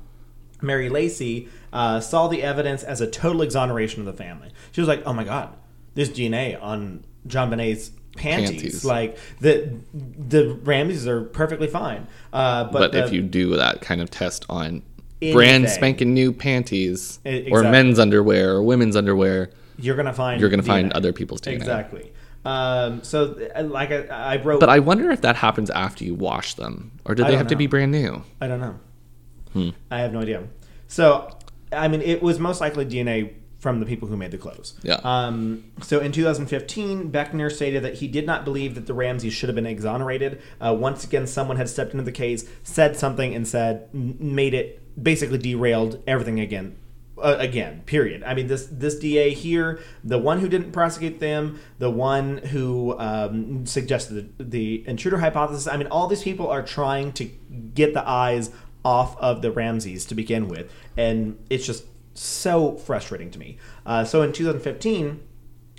Mary Lacey uh, saw the evidence as a total exoneration of the family. She was like, "Oh my God, there's DNA on John Bonet's panties.
Panties.
Like the the Ramses are perfectly fine, uh, but,
But
the,
if you do that kind of test on
Anything.
brand spanking new panties
E-
or
exactly.
men's underwear or women's underwear,
you're gonna find
you're going to find
DNA.
other people's DNA.
exactly. Um, so uh, like I, I wrote,
But I wonder if that happens after you wash them, or do
I
they
don't
have to
know.
be brand new?
I don't know.
Hmm.
I have no idea. So, I mean, it was most likely DNA from the people who made the clothes.
Yeah.
Um, so in 2015, Beckner stated that he did not believe that the Ramses should have been exonerated. Uh, once again, someone had stepped into the case, said something, and said m- made it basically derailed everything again. Uh, again, period. I mean, this this DA here, the one who didn't prosecute them, the one who um, suggested the, the intruder hypothesis. I mean, all these people are trying to get the eyes off of the Ramses to begin with, and it's just so frustrating to me. Uh, so in 2015,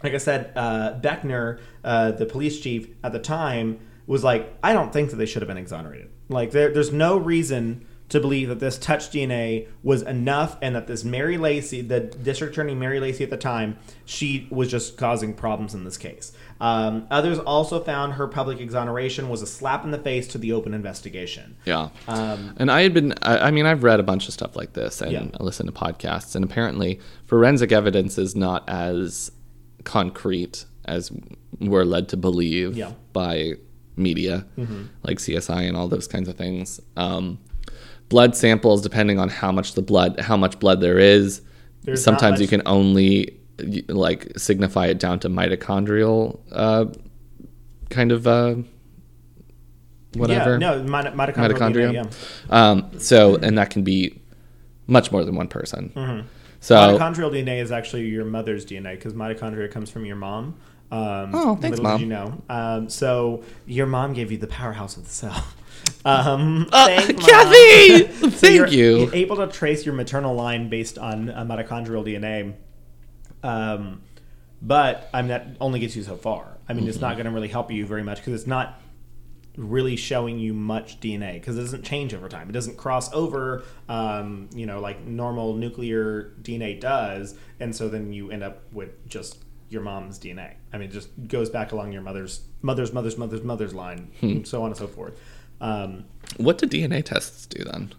like I said, uh, Beckner, uh, the police chief at the time, was like, I don't think that they should have been exonerated. Like, there, there's no reason to believe that this touch DNA was enough and that this Mary Lacey, the district attorney Mary Lacey at the time, she was just causing problems in this case. Um, others also found her public exoneration was a slap in the face to the open investigation.
Yeah.
Um,
and I had been, I, I mean, I've read a bunch of stuff like this and
Yeah.
I listen to podcasts, and apparently forensic evidence is not as concrete as we're led to believe
Yeah. Mm-hmm.
by media, like CSI and all those kinds of things. Um, blood samples, depending on how much the blood, how much blood there is,
There's not
sometimes you
much-
can only y- like signify it down to mitochondrial uh, kind of uh, whatever
Yeah, no, mito- mitochondrial.
mitochondria.
DNA, yeah.
Um, so, and that can be much more than one person.
Mm-hmm.
So,
Mitochondrial DNA is actually your mother's DNA because mitochondria comes from your mom. Um,
Oh, thanks,
little
Mom.
Did you know? Um, so your mom gave you the powerhouse of the cell. (laughs) Um,
Uh,
thanks, Mom.
Kathy! (laughs) Thank
you're
you.
Able to trace your maternal line based on uh, mitochondrial DNA. Um, but I mean that only gets you so far. I mean,
Mm-hmm.
it's not going to really help you very much because it's not really showing you much DNA because it doesn't change over time. It doesn't cross over, um, you know, like normal nuclear DNA does, and so then you end up with just your mom's DNA. I mean, it just goes back along your mother's mother's mother's mother's mother's line,
Hmm.
and so on and so forth. Um,
what do DNA tests do then?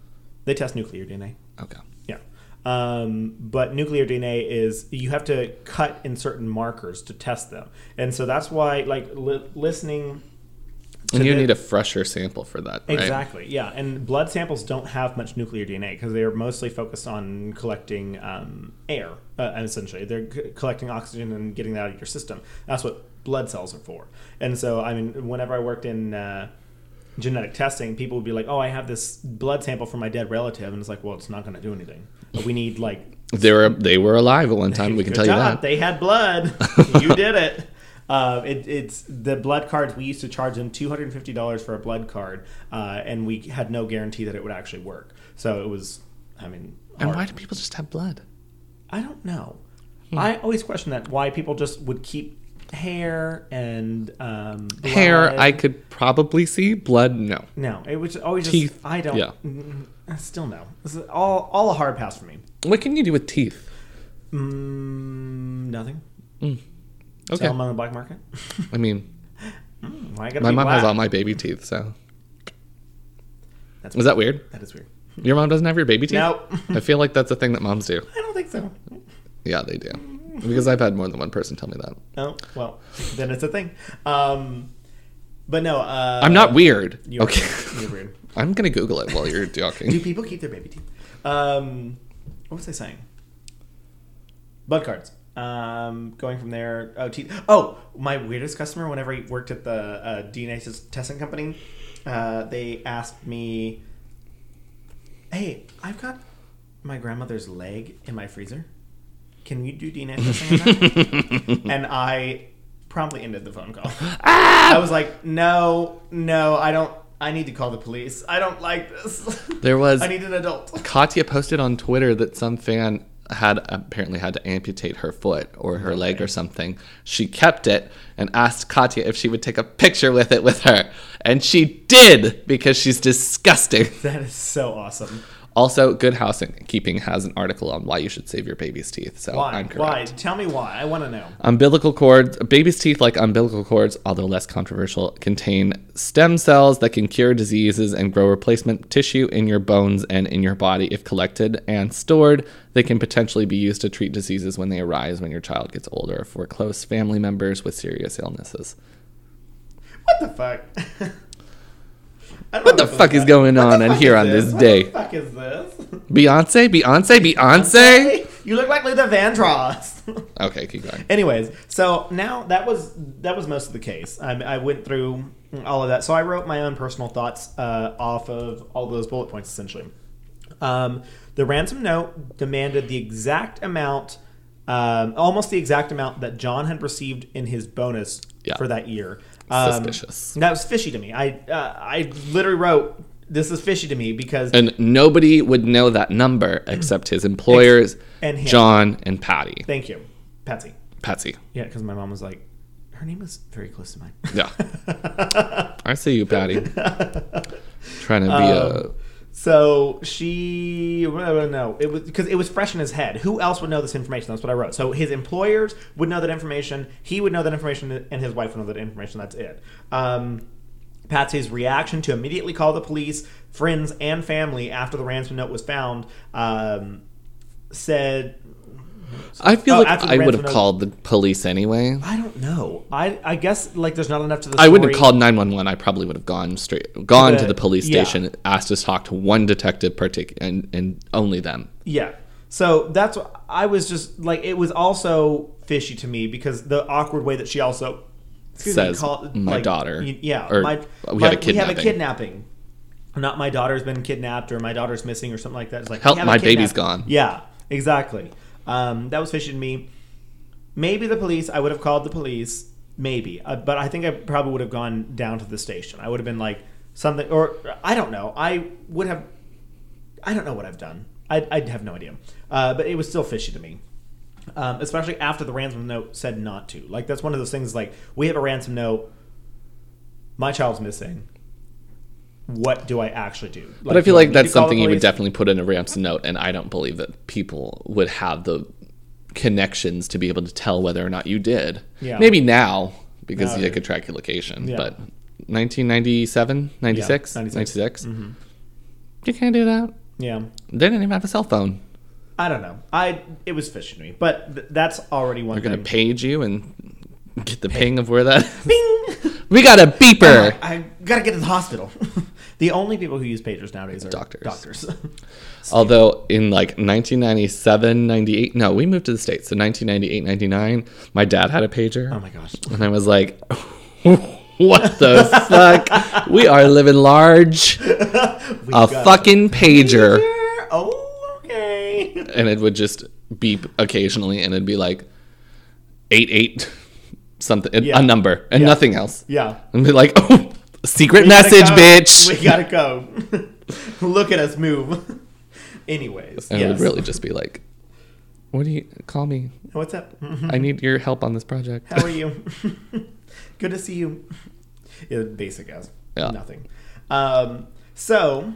they test nuclear DNA.
Okay.
Yeah. Um, but nuclear DNA is you have to cut in certain markers to test them, and so that's why like li- listening. to
And you
the-
need a fresher sample for that, right?
Exactly. Yeah, and blood samples don't have much nuclear DNA because they are mostly focused on collecting um, air. Uh, essentially, they're c- collecting oxygen and getting that out of your system. That's what blood cells are for. And so, I mean, whenever I worked in uh, genetic testing, people would be like, "Oh, I have this blood sample from my dead relative," and it's like, "Well, it's not going to do anything." But we need like
They were they were alive at one time. We can
Good
tell you
job.
that.
They had
(laughs)
blood. you did it. Uh, it. It's the blood cards. We used to charge them two hundred and fifty dollars for a blood card, uh, and we had no guarantee that it would actually work. So it was. I mean,
And
hard.
why do people just have blood?
I don't know.
Hmm.
I always question that. Why people just would keep hair and um, blood.
Hair, I could probably see. Blood, no.
no. It was always
Teeth,
Just, I don't.
yeah.
Mm, Still no. This is all all a hard pass for me.
What can you do with teeth?
Mm, nothing.
Okay.
Sell them on the black market.
I mean,
Why gotta
my
be
mom
black?
has all my baby teeth, so.
That's
Is
(laughs)
that weird?
That is weird.
Your mom doesn't have your baby teeth?
No.
I feel like that's a thing that moms do.
I don't think so.
Yeah, they do. Because I've had more than one person tell me that.
Oh, well, then it's a thing. Um, but no, uh,
I'm not weird.
You're
Okay. (laughs)
Weird. You're weird.
I'm going to Google it while you're
Do (laughs)
talking.
people keep their baby teeth? Um, what was I saying? Blood cards. Um, going from there. Oh, teeth. Oh, my weirdest customer. Whenever he worked at the uh, DNA tes- testing company, uh, they asked me, "Hey, I've got my grandmother's leg in my freezer. Can you do DNA testing
(laughs)
on that?"
Mm.
and I promptly ended the phone
(laughs)
call.
Ah!
I was like, no, no, I don't. I need to call the police. I don't like this. (laughs)
There was-
I need an adult. (laughs)
Katya posted on Twitter that some fan had apparently had to amputate her foot or her leg or something. She kept it and asked Katya if she would take a picture with it with her. And she did because she's disgusting.
That is so awesome.
Also, Good Housekeeping has an article on why you should save your baby's teeth. So
Why?
I'm correct.
Why? Tell me why. I want to know.
Umbilical cords, baby's teeth, like umbilical cords, although less controversial, contain stem cells that can cure diseases and grow replacement tissue in your bones and in your body if collected and stored. They can potentially be used to treat diseases when they arise when your child gets older or for close family members with serious illnesses.
What the fuck? (laughs) I don't
What the
know
fuck is
that-
going
What the
on in
fuck
here
is
on this
What
day?
the fuck is this? (laughs)
Beyonce, Beyonce, Beyonce.
Hey, you look like Luther Vandross. (laughs)
Okay, keep going.
Anyways, so now that was that was most of the case. I, I went through all of that, so I wrote my own personal thoughts uh, off of all those bullet points. Essentially, um, the ransom note demanded the exact amount, um, almost the exact amount that John had received in his bonus
Yeah.
for that year. Um,
Suspicious.
That was fishy to me. I uh, I literally wrote this is fishy to me because
And nobody would know that number except his employers,
and him.
John and Patty.
thank you, Patsy.
Patsy.
Yeah, because my mom was like, her name is very close to mine. (laughs)
Yeah. I see you, Patty. Trying to
Um,
be uh,
So she, well, no, it was because it was fresh in his head. Who else would know this information? That's what I wrote. So his employers would know that information. He would know that information, and his wife would know that information. That's it. Um, Patsy's reaction to immediately call the police, friends, and family after the ransom note was found um, said,
a. I feel
Oh,
like
after the
I would have
ransom-
called the police anyway.
"I don't know. I I guess like there's not enough to the.
I wouldn't have
story."
called nine one one. I probably would have gone straight, gone to
The-
the police
yeah.
station, asked to talk to one detective, partic- and and only them.
Yeah. So that's what I was just like. It was also fishy to me because the awkward way that she also excuse
Says, "My daughter,"
y- Yeah.
or,
my,
"We
my-
have a
we have a
kidnapping."
kidnapping. Not my daughter's been kidnapped or my daughter's missing or something like that. It's like
Help,
"We have a
my baby's
kidnapping."
gone.
Yeah. Exactly. Um, that was fishy to me. Maybe the police. I would have called the police. Maybe, uh, but I think I probably would have gone down to the station. I would have been like something, or I don't know. I would have. I don't know what I've done. I, I have no idea. Uh, but it was still fishy to me, um, especially after the ransom note said not to. Like that's one of those things. Like we have a ransom note. My child's missing. What do I actually do?
But I feel
do
like
need
that's
to call the
something you would
police?
definitely put in a ransom note, and I don't believe that people would have the connections to be able to tell whether or not you did.
Yeah.
Maybe now because
Now
they
you-
could track your location,
Yeah.
but 1997, 96,
96.
96.
Mm-hmm.
You can't do that.
Yeah.
They didn't even have a cell phone.
I don't know. I it was fishy to me, but th- that's already one
They're
thing.
going to page you and get the ping of
(laughs)
where that.
Bing!
we got
(laughs)
a beeper.
I, I gotta get to the hospital. (laughs) the only people who use pagers nowadays are
Doctors.
Doctors. (laughs)
Although in like 1997, 98, no, we moved to the States.
Uh-huh.
So 1998, 99, my dad had a pager.
oh my gosh.
And I was like, (laughs) What the fuck? We are living large.
(laughs) We
A
got
fucking pager.
Pager? Oh, okay. (laughs)
And it would just beep occasionally and it'd be like eight eight something
Yeah.
a number and
Yeah.
nothing else.
Yeah.
And be like, (laughs) oh secret
We gotta
message,
go.
bitch.
We gotta go. (laughs) Look at us move. (laughs) Anyways,
and it
yes.
would really just be like, What do you call me?
What's up? Mm-hmm.
I need your help on this project. (laughs)
How are you? (laughs) Good to see you. Yeah, basic as
Yeah.
nothing. Um, so,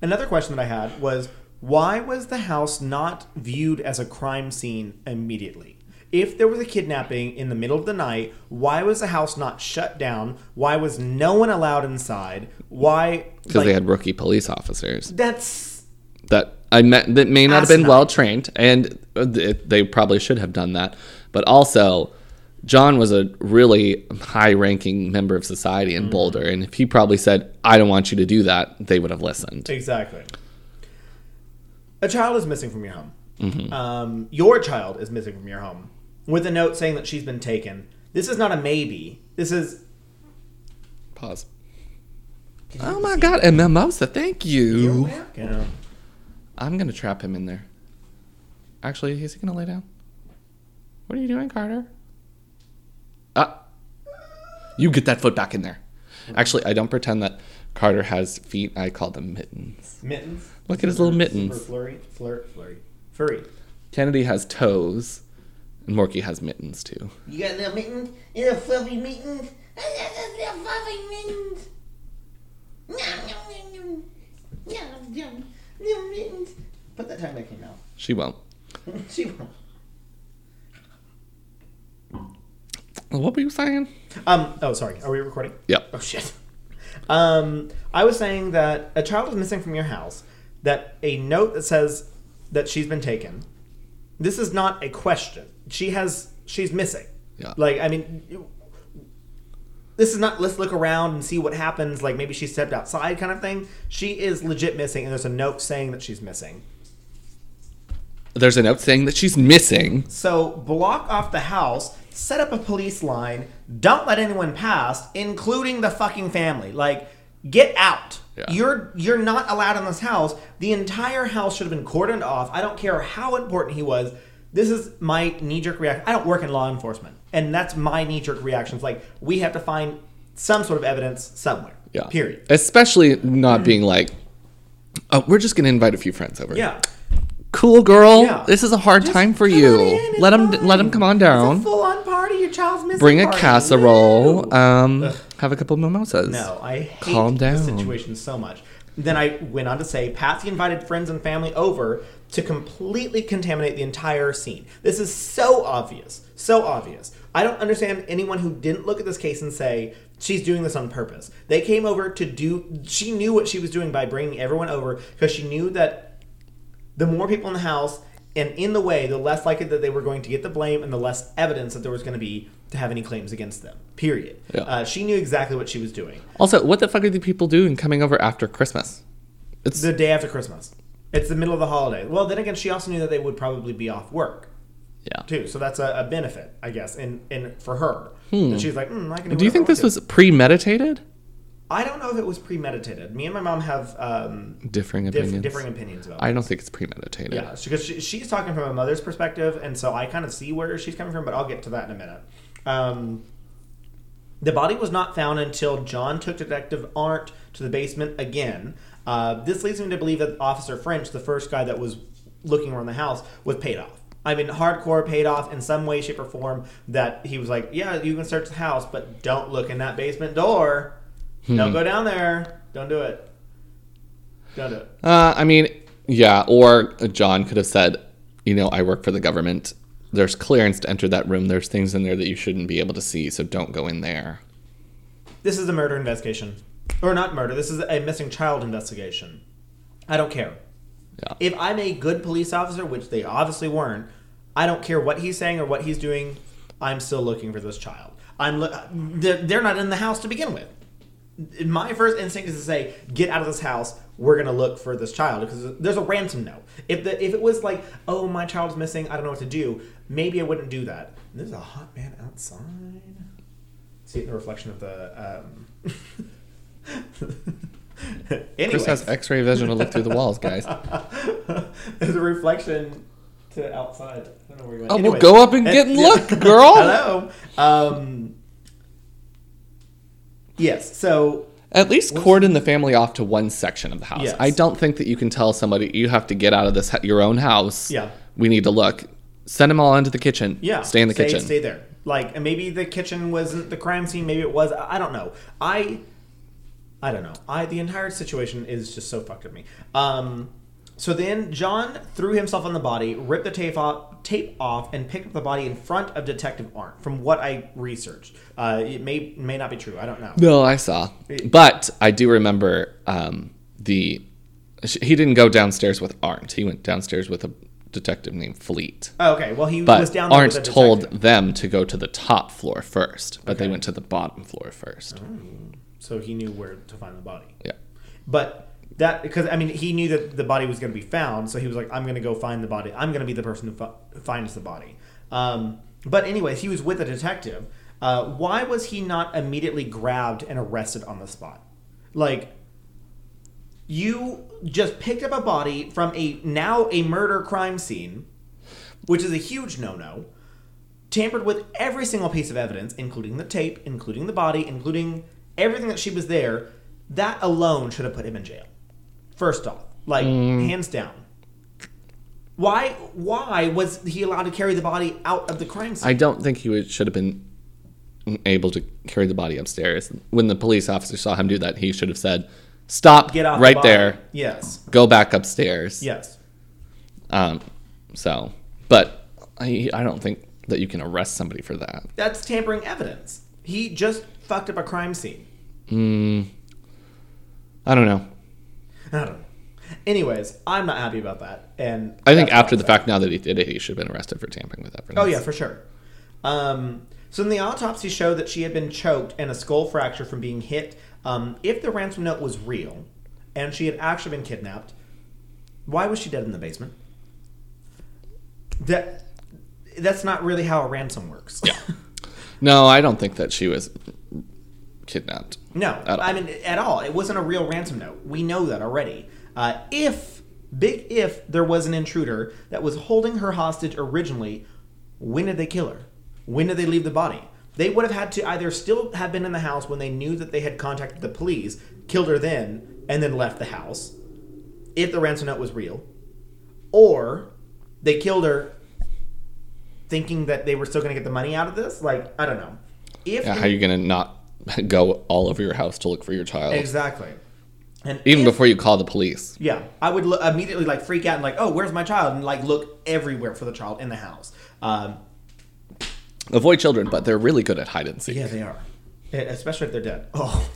another question that I had was why was the house not viewed as a crime scene immediately? If there was a kidnapping in the middle of the night, why was the house not shut down? Why was no one allowed inside? Why?
Because
like,
they had rookie police officers.
that's
that I met that may not have been
Asinine.
well trained, and th- they probably should have done that. But also, John was a really high-ranking member of society in Boulder, and if he probably said, "I don't want you to do that," they would have listened.
Exactly. A child is missing from your home.
Mm-hmm.
Um, your child is missing from your home with a note saying that she's been taken. This is not a maybe. This is.
Pause. Oh my God, and mimosa, thank you.
America.
I'm gonna trap him in there. Actually, is he gonna lay down? What are you doing, Carter? Ah, you get that foot back in there. Actually, I don't pretend that Carter has feet. I call them mittens.
Mittens.
Look at his little
Super
mittens.
Flurry. Flur, flurry. Furry.
Kennedy has toes, and Morky has mittens too.
You got little mittens? You little fluffy mittens? I got those little fluffy mittens. Nom, nom, nom, nom. Nom, nom. Little mittens.
Put that tongue back in your mouth.
She won't.
She won't.
What were you saying?
Um. Oh, sorry. Are we recording?
Yep.
Oh shit. Um, I was saying that a child is missing from your house. That a note that says that she's been taken. This is not a question. She has. She's missing.
Yeah.
Like I mean, you- this is not. Let's look around and see what happens. Like maybe she stepped outside, kind of thing. She is legit missing, and there's a note saying that she's missing.
There's a note saying that she's missing.
So block off the house, set up a police line, don't let anyone pass, including the fucking family. Like, get out.
Yeah.
You're you're not allowed in this house. The entire house should have been cordoned off. I don't care how important he was. This is my knee jerk reaction. I don't work in law enforcement, and that's my knee jerk reactions. Like, we have to find some sort of evidence somewhere.
Yeah.
Period.
Especially not being like, oh, we're just gonna invite a few friends over.
Yeah.
Cool girl.
Yeah.
This is a hard time for
Come
you.
on in, it's
let him
fine.
let him come on down.
It's a full on party. Your child's missing.
Bring a
party. Woo.
casserole. Um, have a couple mimosas.
No, I hate
Calm
the
down.
situation so much. Then I went on to say Patsy invited friends and family over to completely contaminate the entire scene. This is so obvious. So obvious. I don't understand anyone who didn't look at this case and say, she's doing this on purpose. They came over to do, she knew what she was doing by bringing everyone over because she knew that the more people in the house and in the way, the less likely that they were going to get the blame and the less evidence that there was going to be to have any claims against them. Period.
Yeah.
Uh, she knew exactly what she was doing
Also, what the fuck are the people doing coming over after Christmas? It's
the day after Christmas. It's the middle of the holiday. Well, then again, she also knew that they would probably be off work
yeah.
too, so that's a, a benefit, I guess, and and for her. And she's like, mm, I can. Do,
Hmm. Do
whatever
you think
I want
this
to."
was premeditated?
I don't know if it was premeditated. Me and my mom have um,
Differing
diff-
opinions.
differing opinions about. it.
I don't think it's premeditated.
Yeah, because she, she's talking from a mother's perspective, and so I kind of see where she's coming from, but I'll get to that in a minute. Um, the body was not found until John took Detective Arndt to the basement again. Uh, this leads me to believe that Officer French, the first guy that was looking around the house, was paid off. I mean, hardcore paid off in some way, shape, or form that he was like, yeah, you can search the house, but don't look in that basement door. Don't go down there. Don't do it. Don't do it.
Uh, I mean, yeah. Or John could have said, you know, I work for the government. There's clearance to enter that room. There's things in there that you shouldn't be able to see, so don't go in there.
This is a murder investigation. Or not murder, this is a missing child investigation. I don't care.
Yeah.
If I'm a good police officer, which they obviously weren't, I don't care what he's saying or what he's doing. I'm still looking for this child. I'm lo- they're they're not in the house to begin with. My first instinct is to say, "Get out of this house. We're gonna look for this child because there's a ransom note." If the if it was like, "Oh, my child's missing. I don't know what to do," maybe I wouldn't do that. There's a hot man outside. It's See it in the reflection of the. Um... (laughs) anyway,
Chris has X-ray vision to look through the
(laughs)
walls, guys.
there's a reflection to outside. I don't know where you went.
Oh, well, go up
(laughs)
and get and look, girl.
Hello. Um, yes. So
At least cordon the family off to one section of the house.
Yes.
I don't think that you can tell somebody you have to get out of this hu- your own house.
Yeah.
we need to look. Send them all into the kitchen.
yeah,
stay in the kitchen.
Stay there. Like, and maybe the kitchen wasn't the crime scene. Maybe it was. I I don't know. I, I don't know. I the entire situation is just so fucked with me. Um, so then John threw himself on the body, ripped the tape off, tape off, and picked up the body in front of Detective Arndt. From what I researched, uh, it may may not be true. I don't know.
No, I saw. But I do remember um, the. sh- He didn't go downstairs with Arndt. He went downstairs with a detective named Fleet.
Oh, okay. Well, he was
But
down there with
Arndt
a
told
detective.
them to go to the top floor first, but they went to the bottom floor first.
Oh. so he knew where to find the body.
Yeah.
But that because I mean he knew that the body was going to be found, so he was like, "I'm going to go find the body. I'm going to be the person who fu- finds the body." Um, but anyways, he was with a detective. Uh, why was he not immediately grabbed and arrested on the spot? Like, you just picked up a body from a now a murder crime scene, which is a huge no-no. Tampered with every single piece of evidence, including the tape, including the body, including everything that she was there. That alone should have put him in jail. First off, like
Mm.
hands down. Why? Why was he allowed to carry the body out of the crime scene?
I don't think he would, should have been able to carry the body upstairs. When the police officer saw him do that, he should have said, "Stop!
Get off the
right
body.
there.
Yes.
Go back upstairs."
Yes.
Um, so, but I, I don't think that you can arrest somebody for that.
That's tampering evidence. He just fucked up a crime scene.
I don't know.
I don't know. (sighs) Anyways, I'm not happy about that. And
I think
that's
after the fact, now that he did it, he should have been arrested for tampering with evidence.
Oh yeah, for sure. Um, so then the autopsy showed that she had been choked and a skull fracture from being hit. Um, if the ransom note was real, and she had actually been kidnapped, why was she dead in the basement? That that's not really how a ransom works. (laughs) Yeah.
No, I don't think that she was kidnapped.
No,
At all.
I mean at all. It wasn't a real ransom note. We know that already. Uh, if big if there was an intruder that was holding her hostage originally, when did they kill her? When did they leave the body? They would have had to either still have been in the house when they knew that they had contacted the police, killed her then, and then left the house, if the ransom note was real, or they killed her thinking that they were still going to get the money out of this. Like I don't know. If
Yeah,
the-
how are you gonna not (laughs) go all over your house to look for your child,
exactly, and
even
if-
before you call the police?
Yeah, I would lo- immediately like freak out and like, oh, where's my child? And like look everywhere for the child in the house. Um,
Avoid children, but they're really good at hide and seek.
yeah, they are, E- especially if they're dead. (laughs) Oh,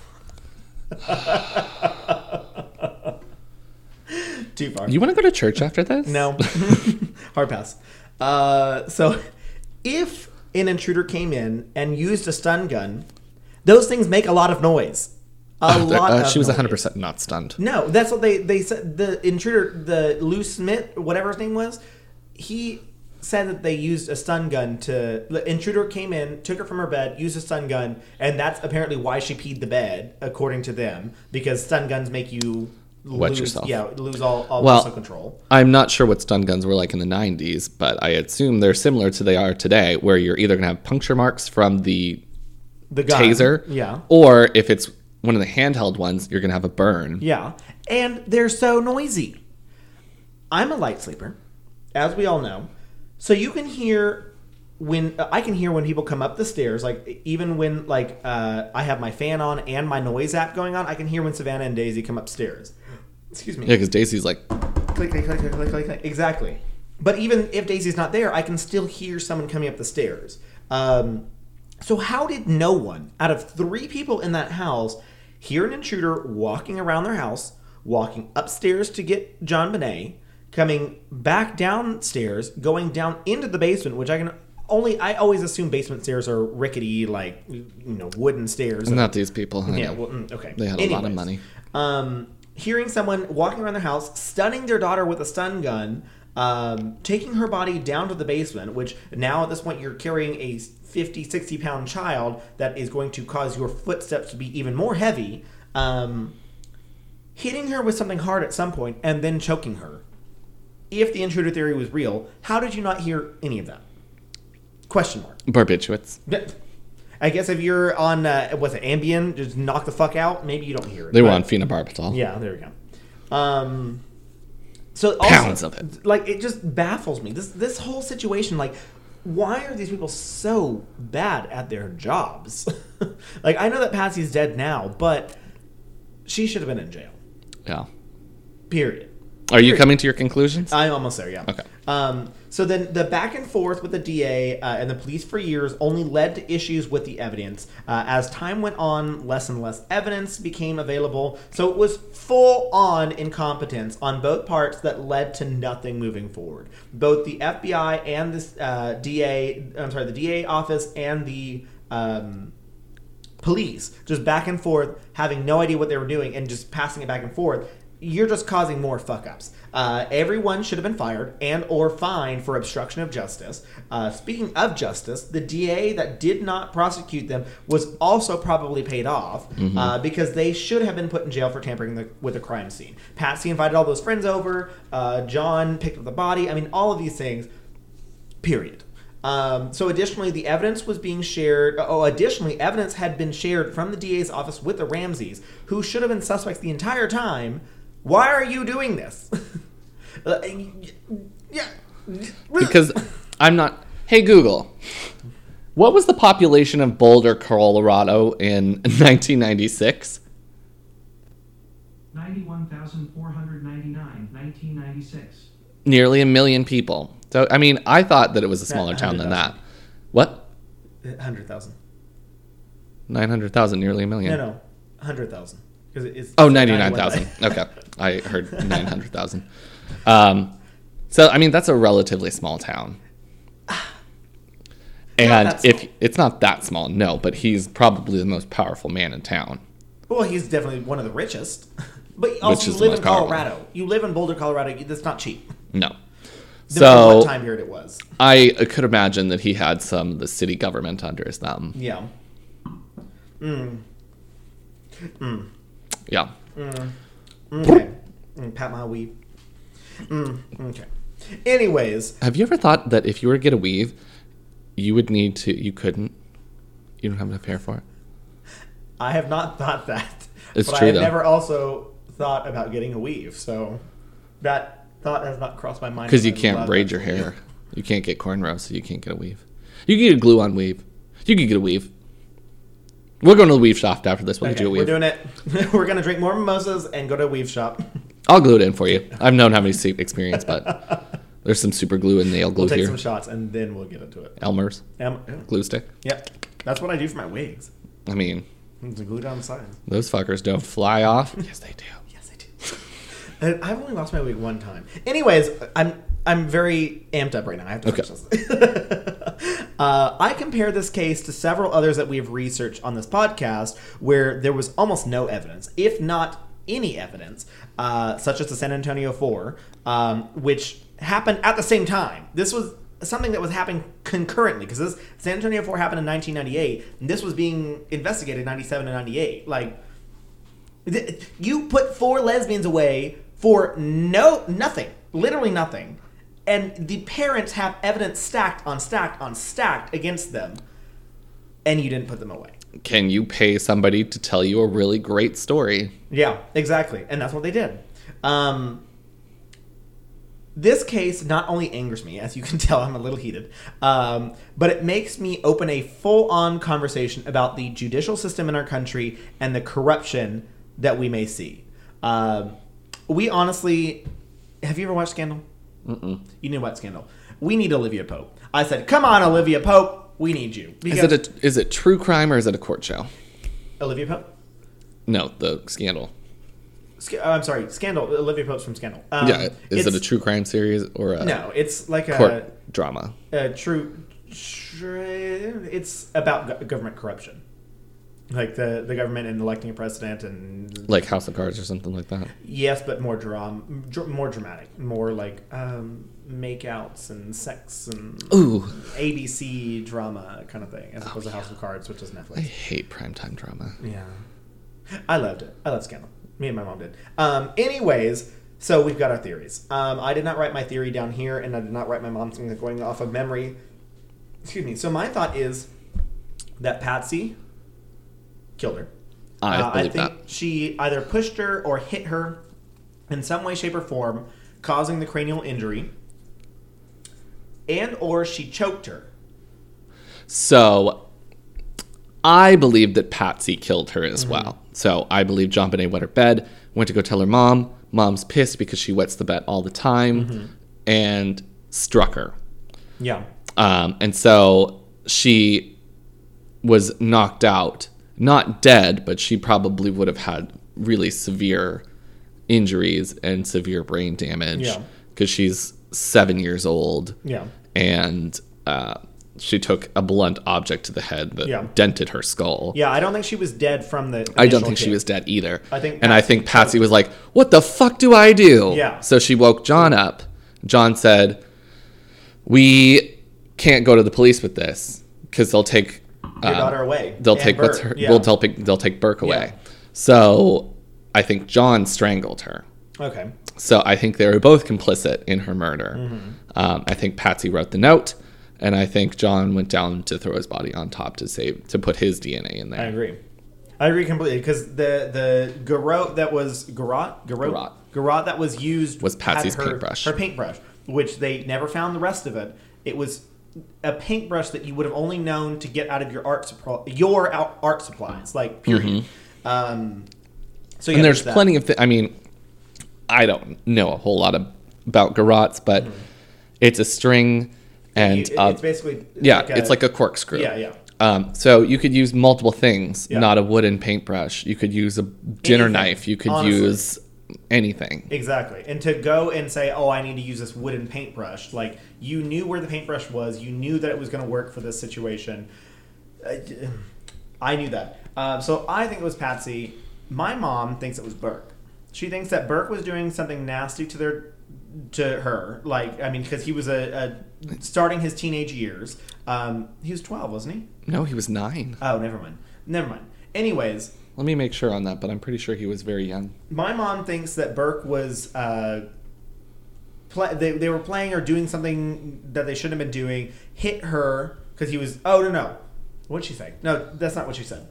too far.
You want to go to church after
(laughs)
this? (laughs)
No. Hard pass. Uh, so, if an intruder came in and used a stun gun, those things make a lot of noise. A
(laughs) Uh,
lot. of
she was
noise.
100 percent not stunned.
No, that's what they they said. The intruder, the Lou Smith, whatever his name was, he said that they used a stun gun to. The intruder came in, took her from her bed, used a stun gun, and that's apparently why she peed the bed, according to them, because stun guns make you
Wet
lose,
yourself.
Yeah, lose all, all
Well-
muscle control.
I'm not sure what stun guns were like in the 90s, but I assume they're similar to they are today, where you're either going to have puncture marks from the
The gun.
taser,
Yeah.
or if it's one of the handheld ones, you're going to have a burn.
Yeah. And they're so noisy. I'm a light sleeper, as we all know. So you can hear when I can hear when people come up the stairs, like even when like uh, I have my fan on and my noise app going on, I can hear when Savannah and Daisy come upstairs. Excuse me.
Yeah, because Daisy's like,
Click, click, click, click, click, click, click. Exactly. But even if Daisy's not there, I can still hear someone coming up the stairs. Um, so how did no one out of three people in that house hear an intruder walking around their house, walking upstairs to get John Binet, coming back downstairs, going down into the basement, which I can only I always assume basement stairs are rickety, like you know, wooden stairs.
not these people. honey."
yeah, well, mm, okay.
they had a lot of
Anyways
money.
um, hearing someone walking around their house, stunning their daughter with a stun gun, um, taking her body down to the basement, which now at this point you're carrying a 50, 60 pound child that is going to cause your footsteps to be even more heavy, um, hitting her with something hard at some point, and then choking her. If the intruder theory was real, how did you not hear any of that? Question mark.
Barbiturates.
Yeah. I guess if you're on uh, what's it, Ambien, just knock the fuck out. Maybe you don't hear it.
They were
but-
on phenobarbital.
Yeah, there we go. Um, so also,
Pounds of it.
Like it just baffles me. This this whole situation, like, why are these people so bad at their jobs? (laughs) like I know that Patsy's dead now, but she should have been in jail.
Yeah.
Period.
Are you
Period.
coming to your conclusions?
I'm almost there, yeah.
Okay.
Um, so then the back and forth with the DA uh, and the police for years only led to issues with the evidence. Uh, as time went on, less and less evidence became available. So it was full on incompetence on both parts that led to nothing moving forward. Both the FBI and the uh, DA, I'm sorry, the DA office and the. Um, police just back and forth having no idea what they were doing and just passing it back and forth you're just causing more fuck ups uh, everyone should have been fired and or fined for obstruction of justice uh, speaking of justice the da that did not prosecute them was also probably paid off uh, because they should have been put in jail for tampering the, with the crime scene patsy invited all those friends over uh, john picked up the body i mean all of these things period. Um, so additionally, the evidence was being shared. Oh, additionally, evidence had been shared from the DA's office with the Ramses, who should have been suspects the entire time. Why are you doing this? (laughs) Uh, yeah.
Because I'm not. Hey, Google. What was the population of Boulder, Colorado in (laughs) 1996?
91,499, 1996.
Nearly a million people. So, I mean, I thought that it was a smaller
Yeah,
town than
100,000.
that. What?
Uh, hundred thousand.
900,000, nearly a million.
No, no, hundred thousand. Because it's
Oh,
it's
99,000.
91,000.
okay. I heard
(laughs)
900,000. Um, so, I mean, that's a relatively
(sighs)
small town. And
that
if
small.
it's not that small, no, but he's probably the most powerful man in town.
(laughs) Well, he's definitely one of the richest. (laughs) But also,
is
you
the
live
most
in
powerful.
Colorado. You live in Boulder, Colorado. You- That's not cheap.
No.
No matter
so,
what time period it was?
I could imagine that he had some of the city government under his thumb.
Yeah.
Yeah.
Okay. Mm, Pat my weave. Mm, okay. Anyways,
Have you ever thought that if you were to get a weave, you would need to, you couldn't, you don't have enough hair for it?
I have not (laughs) thought that.
It's
but I
true,
have
though.
never also thought about getting a weave, so that thought has not crossed my mind.
Because you
I
can't
love
braid
it.
your hair. You can't get cornrows, so you can't get a weave. You can get a glue on weave. You can get a weave. We're going to the weave shop after this. We'll get
Okay,
you a
we're
weave.
doing it. (laughs) we're gonna drink more mimosas and go to a weave
(laughs)
shop.
I'll glue it in for you. I don't have any se- experience, but (laughs) there's some super glue and nail glue
We'll take
here.
some shots and then we'll get into it.
Elmer's
Um,
glue stick.
yep, that's what I do for my wigs.
I mean,
It's a glue down sign.
those fuckers don't fly off. Yes, they do.
(laughs) Yes, I do. (laughs) And I've only lost my wig one time. Anyways, I'm I'm very amped up right now. I have to
Okay.
finish this. (laughs) uh, I compare this case to several others that we've researched on this podcast, where there was almost no evidence, if not any evidence, uh, such as the San Antonio Four, um, which happened at the same time. This was something that was happening concurrently because this San Antonio Four happened in 1998, and this was being investigated in 97 and 98. Like. Th- You put four lesbians away for no nothing, literally nothing, and the parents have evidence stacked on stacked on stacked against them, and you didn't put them away.
Can you pay somebody to tell you a really great story?
Yeah, exactly, and that's what they did. Um, this case not only angers me, as you can (laughs) tell, I'm a little heated, um, but it makes me open a full on conversation about the judicial system in our country and the corruption that we may see. Um, we honestly. Have you ever watched Scandal? Mm-mm. You knew about Scandal. We need Olivia Pope. I said, come on, Olivia Pope, we need you.
Is
Because
it a, is it true crime or is it a court show?
Olivia Pope?
No, the scandal.
Sc- oh, I'm sorry, Scandal. Olivia Pope's from Scandal. Um,
yeah, is it
it's-
a true crime series or a
No, uh, it's like
Uh, court
a,
drama?
a true. tr- It's about go- government corruption, like the the government and electing a president and
like House of Cards or something like that.
Yes, but more dram- dr- more dramatic, more like um, makeouts and sex and
Ooh,
ABC drama kind of thing, as opposed to House of Cards, which is
I
Netflix.
hate primetime drama.
Yeah, I loved it. I loved Scandal. Me and my mom did. Um, anyways, so we've got our theories. Um, I did not write my theory down here, and I did not write my mom's. I'm going off of memory. Excuse me. So my thought is that Patsy killed her.
I
Uh,
believe
I think she either pushed her or hit her in some way, shape, or form, causing the cranial injury, and or she choked her.
that. So I believe that Patsy killed her
Mm-hmm.
as well. So I believe John Bonet wet her bed, went to go tell her mom. Mom's pissed because she wets the bed all the time
Mm-hmm.
and struck her.
Yeah.
Um, and so she was knocked out, not dead, but she probably would have had really severe injuries and severe brain damage
Yeah.
because she's seven years old
Yeah.
and uh, she took a blunt object to the head that
Yeah.
dented her skull.
Yeah. I don't think she was dead from the.
I don't
initial
think she
hit.
was dead either.
I think
and I
Patsy-
think Patsy was like, "What the fuck do I do?"
Yeah.
So she woke John up. John said, "We can't go to the police with this because they'll take
Your
uh,
daughter away.
They'll
And
take what's
Bert,
her.
yeah.
We'll tell, they'll take Burke away."
Yeah.
So I think John strangled her.
Okay.
So I think they were both complicit in her murder.
Mm-hmm.
Um, I think Patsy wrote the note, and I think John went down to throw his body on top to save to put his DNA in
I
there.
agree. I agree completely because the the garrote that was garrote garrote
Garrote.
garrote that was used
Was Patsy's
had her,
paintbrush.
Her paintbrush, which they never found the rest of it. It was a paintbrush that you would have only known to get out of your art suppl- your out- art supplies, like period. Um, so yeah,
Mm-hmm. and there's
that.
plenty of. Th- I mean, I don't know a whole lot ab- about garrots, but it's a string,
Mm-hmm. You-
and
it-
uh,
it's basically
yeah, it's like a corkscrew.
yeah yeah
Um, so you could use multiple things,
Yeah.
not a wooden paintbrush. You could use a dinner
Anything,
knife. You could
honestly.
use anything.
Exactly. And to go and say, oh, I need to use this wooden paintbrush, like, you knew where the paintbrush was, you knew that it was going to work for this situation. I, I knew that. Um, so I think it was Patsy. My mom thinks it was Burke. She thinks that Burke was doing something nasty to their to her. Like, I mean, because he was a, a starting his teenage years. Um, he was twelve, wasn't he?
No, he was nine.
Oh, never mind. Never mind. Anyways,
Let me make sure on that, but I'm pretty sure he was very young.
my mom thinks that Burke was uh, play, they, they were playing or doing something that they shouldn't have been doing. Hit her because he was. Oh no no, what'd she say? No, that's not what she said.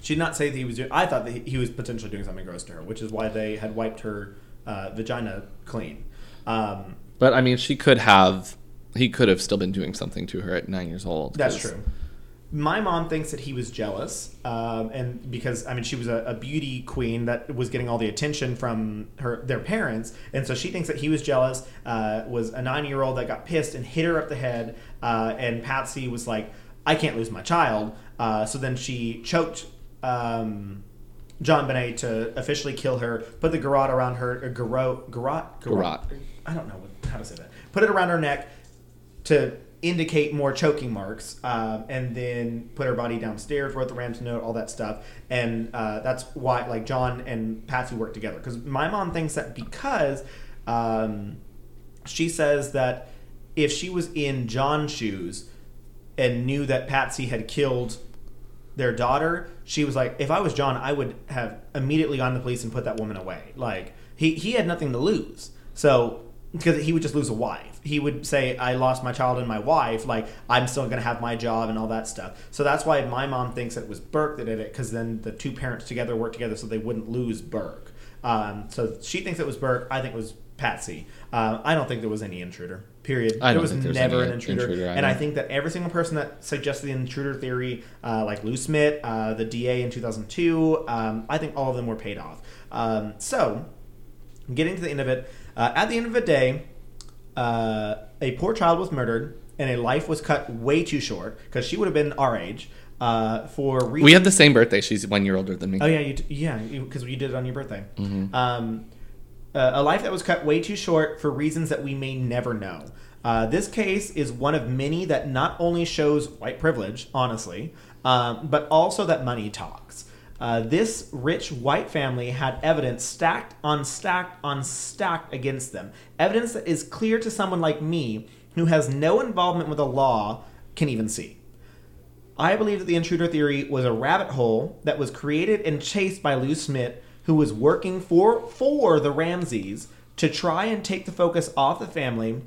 She did not say that he was doing. I thought that he, he was potentially doing something gross to her, which is why they had wiped her uh, vagina clean. Um,
But I mean, she could have. He could have still been doing something to her at nine years old.
That's
'cause-
true. My mom thinks that he was jealous, um, and because I mean she was a, a beauty queen that was getting all the attention from her their parents, and so she thinks that he was jealous. Uh, was a nine year old that got pissed and hit her up the head, uh, and Patsy was like, "I can't lose my child," uh, so then she choked. Um, John Benet to officially kill her, put the garrote around her, uh, garrote, garrote,
Garrote.
I don't know what, how to say that. Put it around her neck to indicate more choking marks, um, and then put her body downstairs, wrote the Rams note, all that stuff, and uh, that's why like John and Patsy work together. Because my mom thinks that because um, she says that if she was in John's shoes and knew that Patsy had killed their daughter, she was like, if I was John, I would have immediately gone to the police and put that woman away. Like he he had nothing to lose, so because he would just lose a wife. He would say, I lost my child and my wife. Like I'm still gonna have my job and all that stuff. So that's why my mom thinks it was Burke that did it, because then the two parents together worked together so they wouldn't lose Burke. Um, so she thinks it was Burke. I think it was Patsy. Um, I don't think there was any intruder. Period.
I don't
there was
think there's
never
any
an intruder,
intruder
and I
either.
think think that every single person that suggested the intruder theory, uh, like Lou Smith, uh, the DA in 2002, um, I think all of them were paid off. Um, so, getting to the end of it, uh, at the end of the day, uh, a poor child was murdered and a life was cut way too short because she would have been our age uh, for reasons.
We have the same birthday. She's one year older than me.
Oh yeah, you t- yeah, because you, did it on your birthday. Um, uh, a life that was cut way too short for reasons that we may never know. Uh, this case is one of many that not only shows white privilege, honestly, um, but also that money talks. Uh, this rich white family had evidence stacked on stacked on stacked against them. Evidence that is clear to someone like me who has no involvement with the law can even see. I believe that the intruder theory was a rabbit hole that was created and chased by Lou Smith, who was working for for the Ramses to try and take the focus off the family,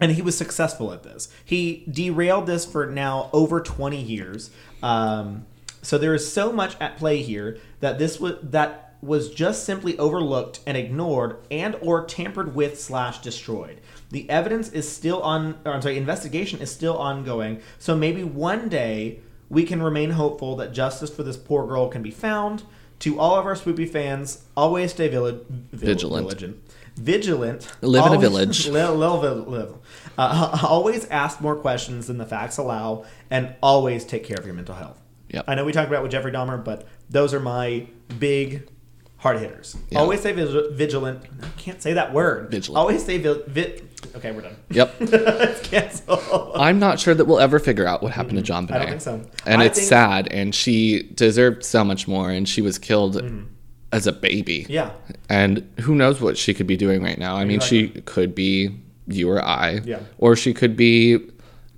and he was successful at this. He derailed this for now over twenty years. Um, so there is so much at play here that this was that was just simply overlooked and ignored and or tampered with slash destroyed the evidence is still on or i'm sorry investigation is still ongoing so maybe one day we can remain hopeful that justice for this poor girl can be found to all of our swoopy fans always stay villi-
Vigilant.
vigilant vigilant
Live in a
always- (laughs)
village.
Lil- lil- lil- lil. Uh, (laughs) always ask more questions than the facts allow and always take care of your mental health
Yep.
I know we talked about with Jeffrey Dahmer, but those are my big hard hitters.
Yeah.
Always stay vigi- vigilant. I can't say that word.
Vigilant.
Always stay vi- vi- Okay, we're done.
Yep.
(laughs) it's
(laughs)
canceled.
I'm not sure that we'll ever figure out what happened to John
Mm-hmm.
Bonet.
I don't think so.
And
I
it's
think-
sad. And she deserved so much more. And she was killed as a baby.
Mm-hmm. Yeah.
And who knows what she could be doing right now? I mean, she could be you or I.
Yeah.
Or she could be,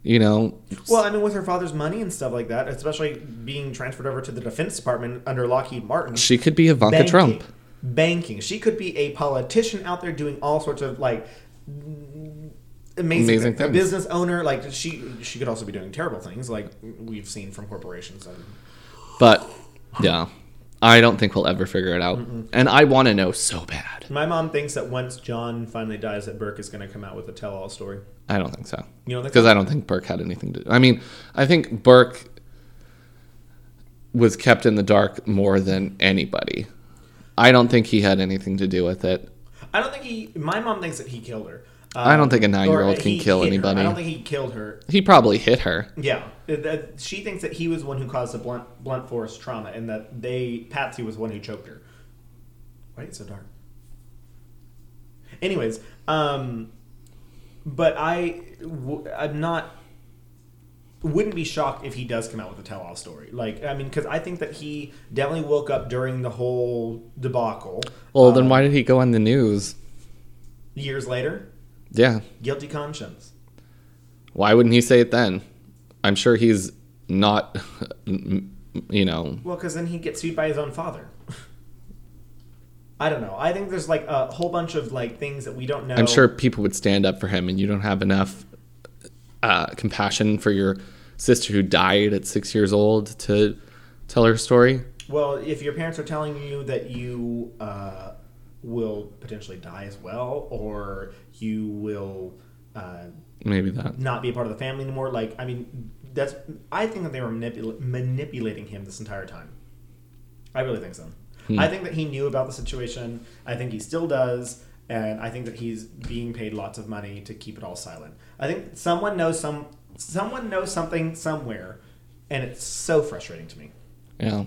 you know,
Well, I mean, with her father's money and stuff like that, especially being transferred over to the Defense Department under Lockheed Martin.
she could be Ivanka
banking,
Trump.
Banking. She could be a politician out there doing all sorts of like amazing,
Amazing
things. A
things.
business owner. Like she, she could also be doing terrible things, like we've seen from corporations. And
But yeah, I don't think we'll ever figure it out. And I want to know so bad.
my mom thinks that once John finally dies, that Burke is going to come out with a tell-all story.
I don't think so.
You don't think
Because
so?
I don't think Burke had anything to do. I mean, I think Burke was kept in the dark more than anybody. I don't think he had anything to do with it.
I don't think he. My mom thinks that he killed her.
I don't think a
Um, or
nine-year-old can
he
kill
hit her.
anybody.
I don't think he killed her.
He probably hit her.
Yeah, That- that- she thinks that he was the one who caused the blunt blunt force trauma, and that they Patsy was the one who choked her. Why is it so dark? Anyways, um, but I w- I'm not wouldn't be shocked if he does come out with a tell-all story. Like I mean, because I think that he definitely woke up during the whole debacle.
Well,
uh,
then why did he go on the news?
years later,
Yeah.
guilty conscience.
Why wouldn't he say it then? I'm sure he's not, (laughs) you know,
Well, because then he gets sued by his own father. I don't know. I think there's like a whole bunch of like things that we don't know.
I'm sure people would stand up for him, and you don't have enough uh, compassion for your sister who died at six years old to tell her story.
Well, if your parents are telling you that you uh, will potentially die as well, or you will uh,
Maybe that.
not be a part of the family anymore, like I mean, that's. I think that they were manipul- manipulating him this entire time. I really think so.
Hmm.
I think that he knew about the situation. I think he still does. And I think that he's being paid lots of money to keep it all silent. I think someone knows some someone knows something somewhere, and it's so frustrating to me.
Yeah.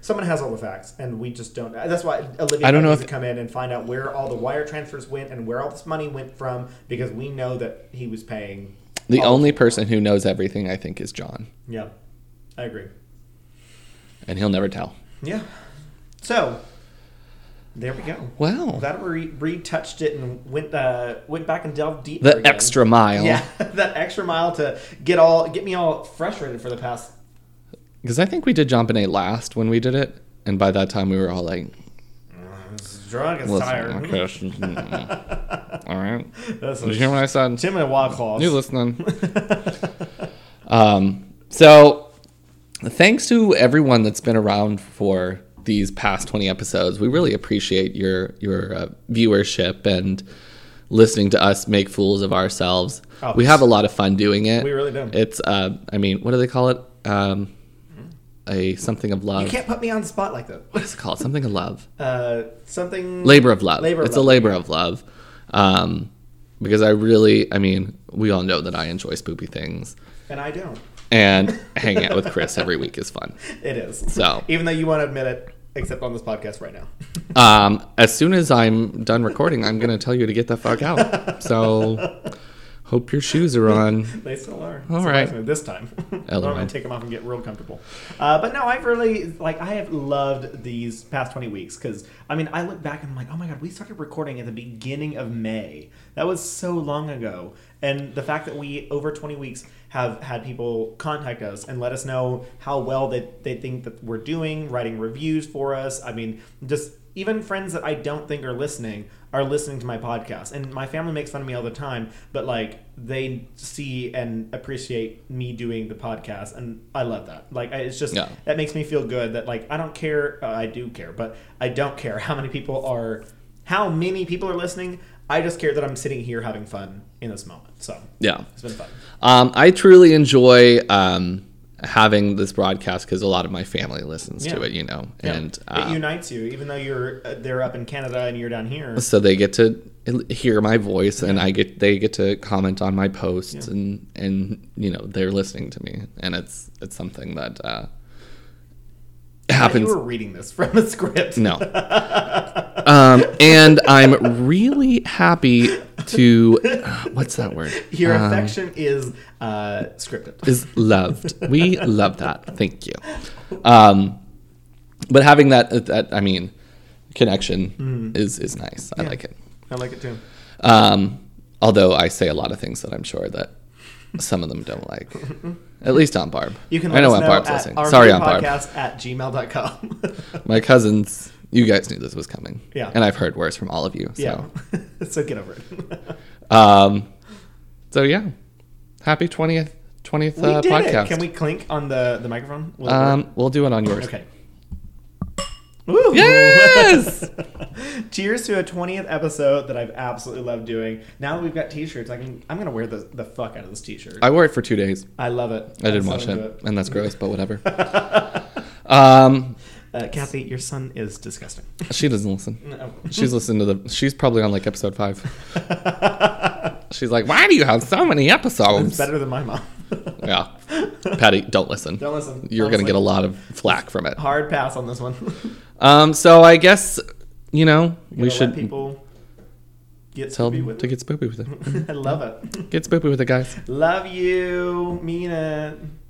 Someone has all the facts, and we just don't. That's why Olivia
I don't know
needs
if-
to come in and find out where all the wire transfers went and where all this money went from, because we know that he was paying.
The
all-
only person who knows everything, I think, is John,
Yeah, I agree.
and he'll never tell.
Yeah. So there we go.
Wow.
That re- retouched it and went uh, went back and delved deeper.
The
again.
extra mile.
Yeah, (laughs) that extra mile to get all get me all frustrated for the past.
Because I think we did John Bonet last when we did it, and by that time we were all like,
Drunk and
"Listen,
tired. (laughs)
okay, sh- mm, all right.
That's
Did you hear what I said?
Tim and a wild claws.
You listening? (laughs) um, so, thanks to everyone that's been around for these past 20 episodes. We really appreciate your your uh, viewership and listening to us make fools of ourselves.
Oh,
we have a lot of fun doing
(laughs)
it.
we really do.
It's uh, I mean, what do they call it? Um, a something of love.
You can't put me on the spot like that. (laughs)
What is it called? Something of love
Uh, something.
labor of love.
Labor of
it's
love.
a labor of love. Um, because I really, I mean, we all know that I enjoy spoopy things,
And I don't.
and (laughs) hanging out with Chris every week is fun.
It is. (laughs)
So. Uh,
Even though you won't admit it, except on this podcast right now.
Um, as soon as I'm done recording, I'm gonna tell you to get the fuck out. So Hope your shoes are on.
(laughs) They still are.
All
Surprisingly,
right.
This time. (laughs) I'm
LOL.
going to take them off and get real comfortable. Uh, but no, I've really, like, I have loved these past 20 weeks because, I mean, I look back and I'm like, oh my God, we started recording at the beginning of May. That was so long ago. And the fact that we, over 20 weeks, have had people contact us and let us know how well they, they think that we're doing, writing reviews for us. I mean, just even friends that I don't think are listening are listening to my podcast. And my family makes fun of me all the time, but like they see and appreciate me doing the podcast, and I love that. Like I- it's just
Yeah.
that makes me feel good. That like I don't care, uh, I do care, but I don't care how many people are, how many people are listening. I just care that I'm sitting here having fun in this moment. So
Yeah.
it's been fun.
Um, I truly enjoy um, having this broadcast because a lot of my family listens to
Yeah.
it, you know,
Yeah.
and uh,
it unites you, even though you're uh, they're up in Canada and you're down here.
so they get to hear my voice, and I get they get to comment on my posts, and and you know they're listening to me, and it's it's something that uh,
I thought
happens.
You were reading this (laughs) from a script.
No.
(laughs)
um, and I'm really happy to what's that word?
Your
Um,
affection is uh, scripted.
is loved. We love that. Thank you. Um, but having that uh, that I mean connection
Mm.
is is nice. I like it.
I like it too.
Um, although I say a lot of things that I'm sure that some of them don't
(laughs)
like. At least on Barb.
You can
I
let
know
us
Aunt
know
Barb's
at
listening.
our
Sorry, Aunt Barb.
podcast at
(laughs)
gmail.com.
My cousins, you guys knew this was coming.
Yeah.
And I've heard worse from all of you. So.
yeah. (laughs) so get over it.
Um, so yeah, happy twentieth twentieth
we
uh,
did
podcast.
it. Can we clink on the, the microphone? Will it work?
Um, we'll do it on yours.
okay. Woo!
(laughs) Yes!
(laughs) Cheers to a 20th episode that I've absolutely loved doing. Now that we've got t-shirts, I can I'm going to wear the, the fuck out of this t-shirt. I,
I wore it for two days.
love it.
I
I'm
didn't
so
watch it,
into
and that's gross, but whatever. um,
(laughs) Uh, Kathy, your son is disgusting.
(laughs) she doesn't listen.
No. (laughs)
She's listened to the. She's probably on like episode five. She's like, why do you have so many
It's
episodes?
better than my mom.
(laughs) Yeah, Patty, don't listen.
Don't listen.
You're gonna
Honestly.
get a lot of flack from it.
Hard pass on
(laughs)
this one.
Um, so I guess you know
Gotta
we should
let people get
tell
spoopy
them
with
to
it. (laughs)
get spoopy with it.
I love it.
Get spoopy with it, guys.
Love you. Mean it.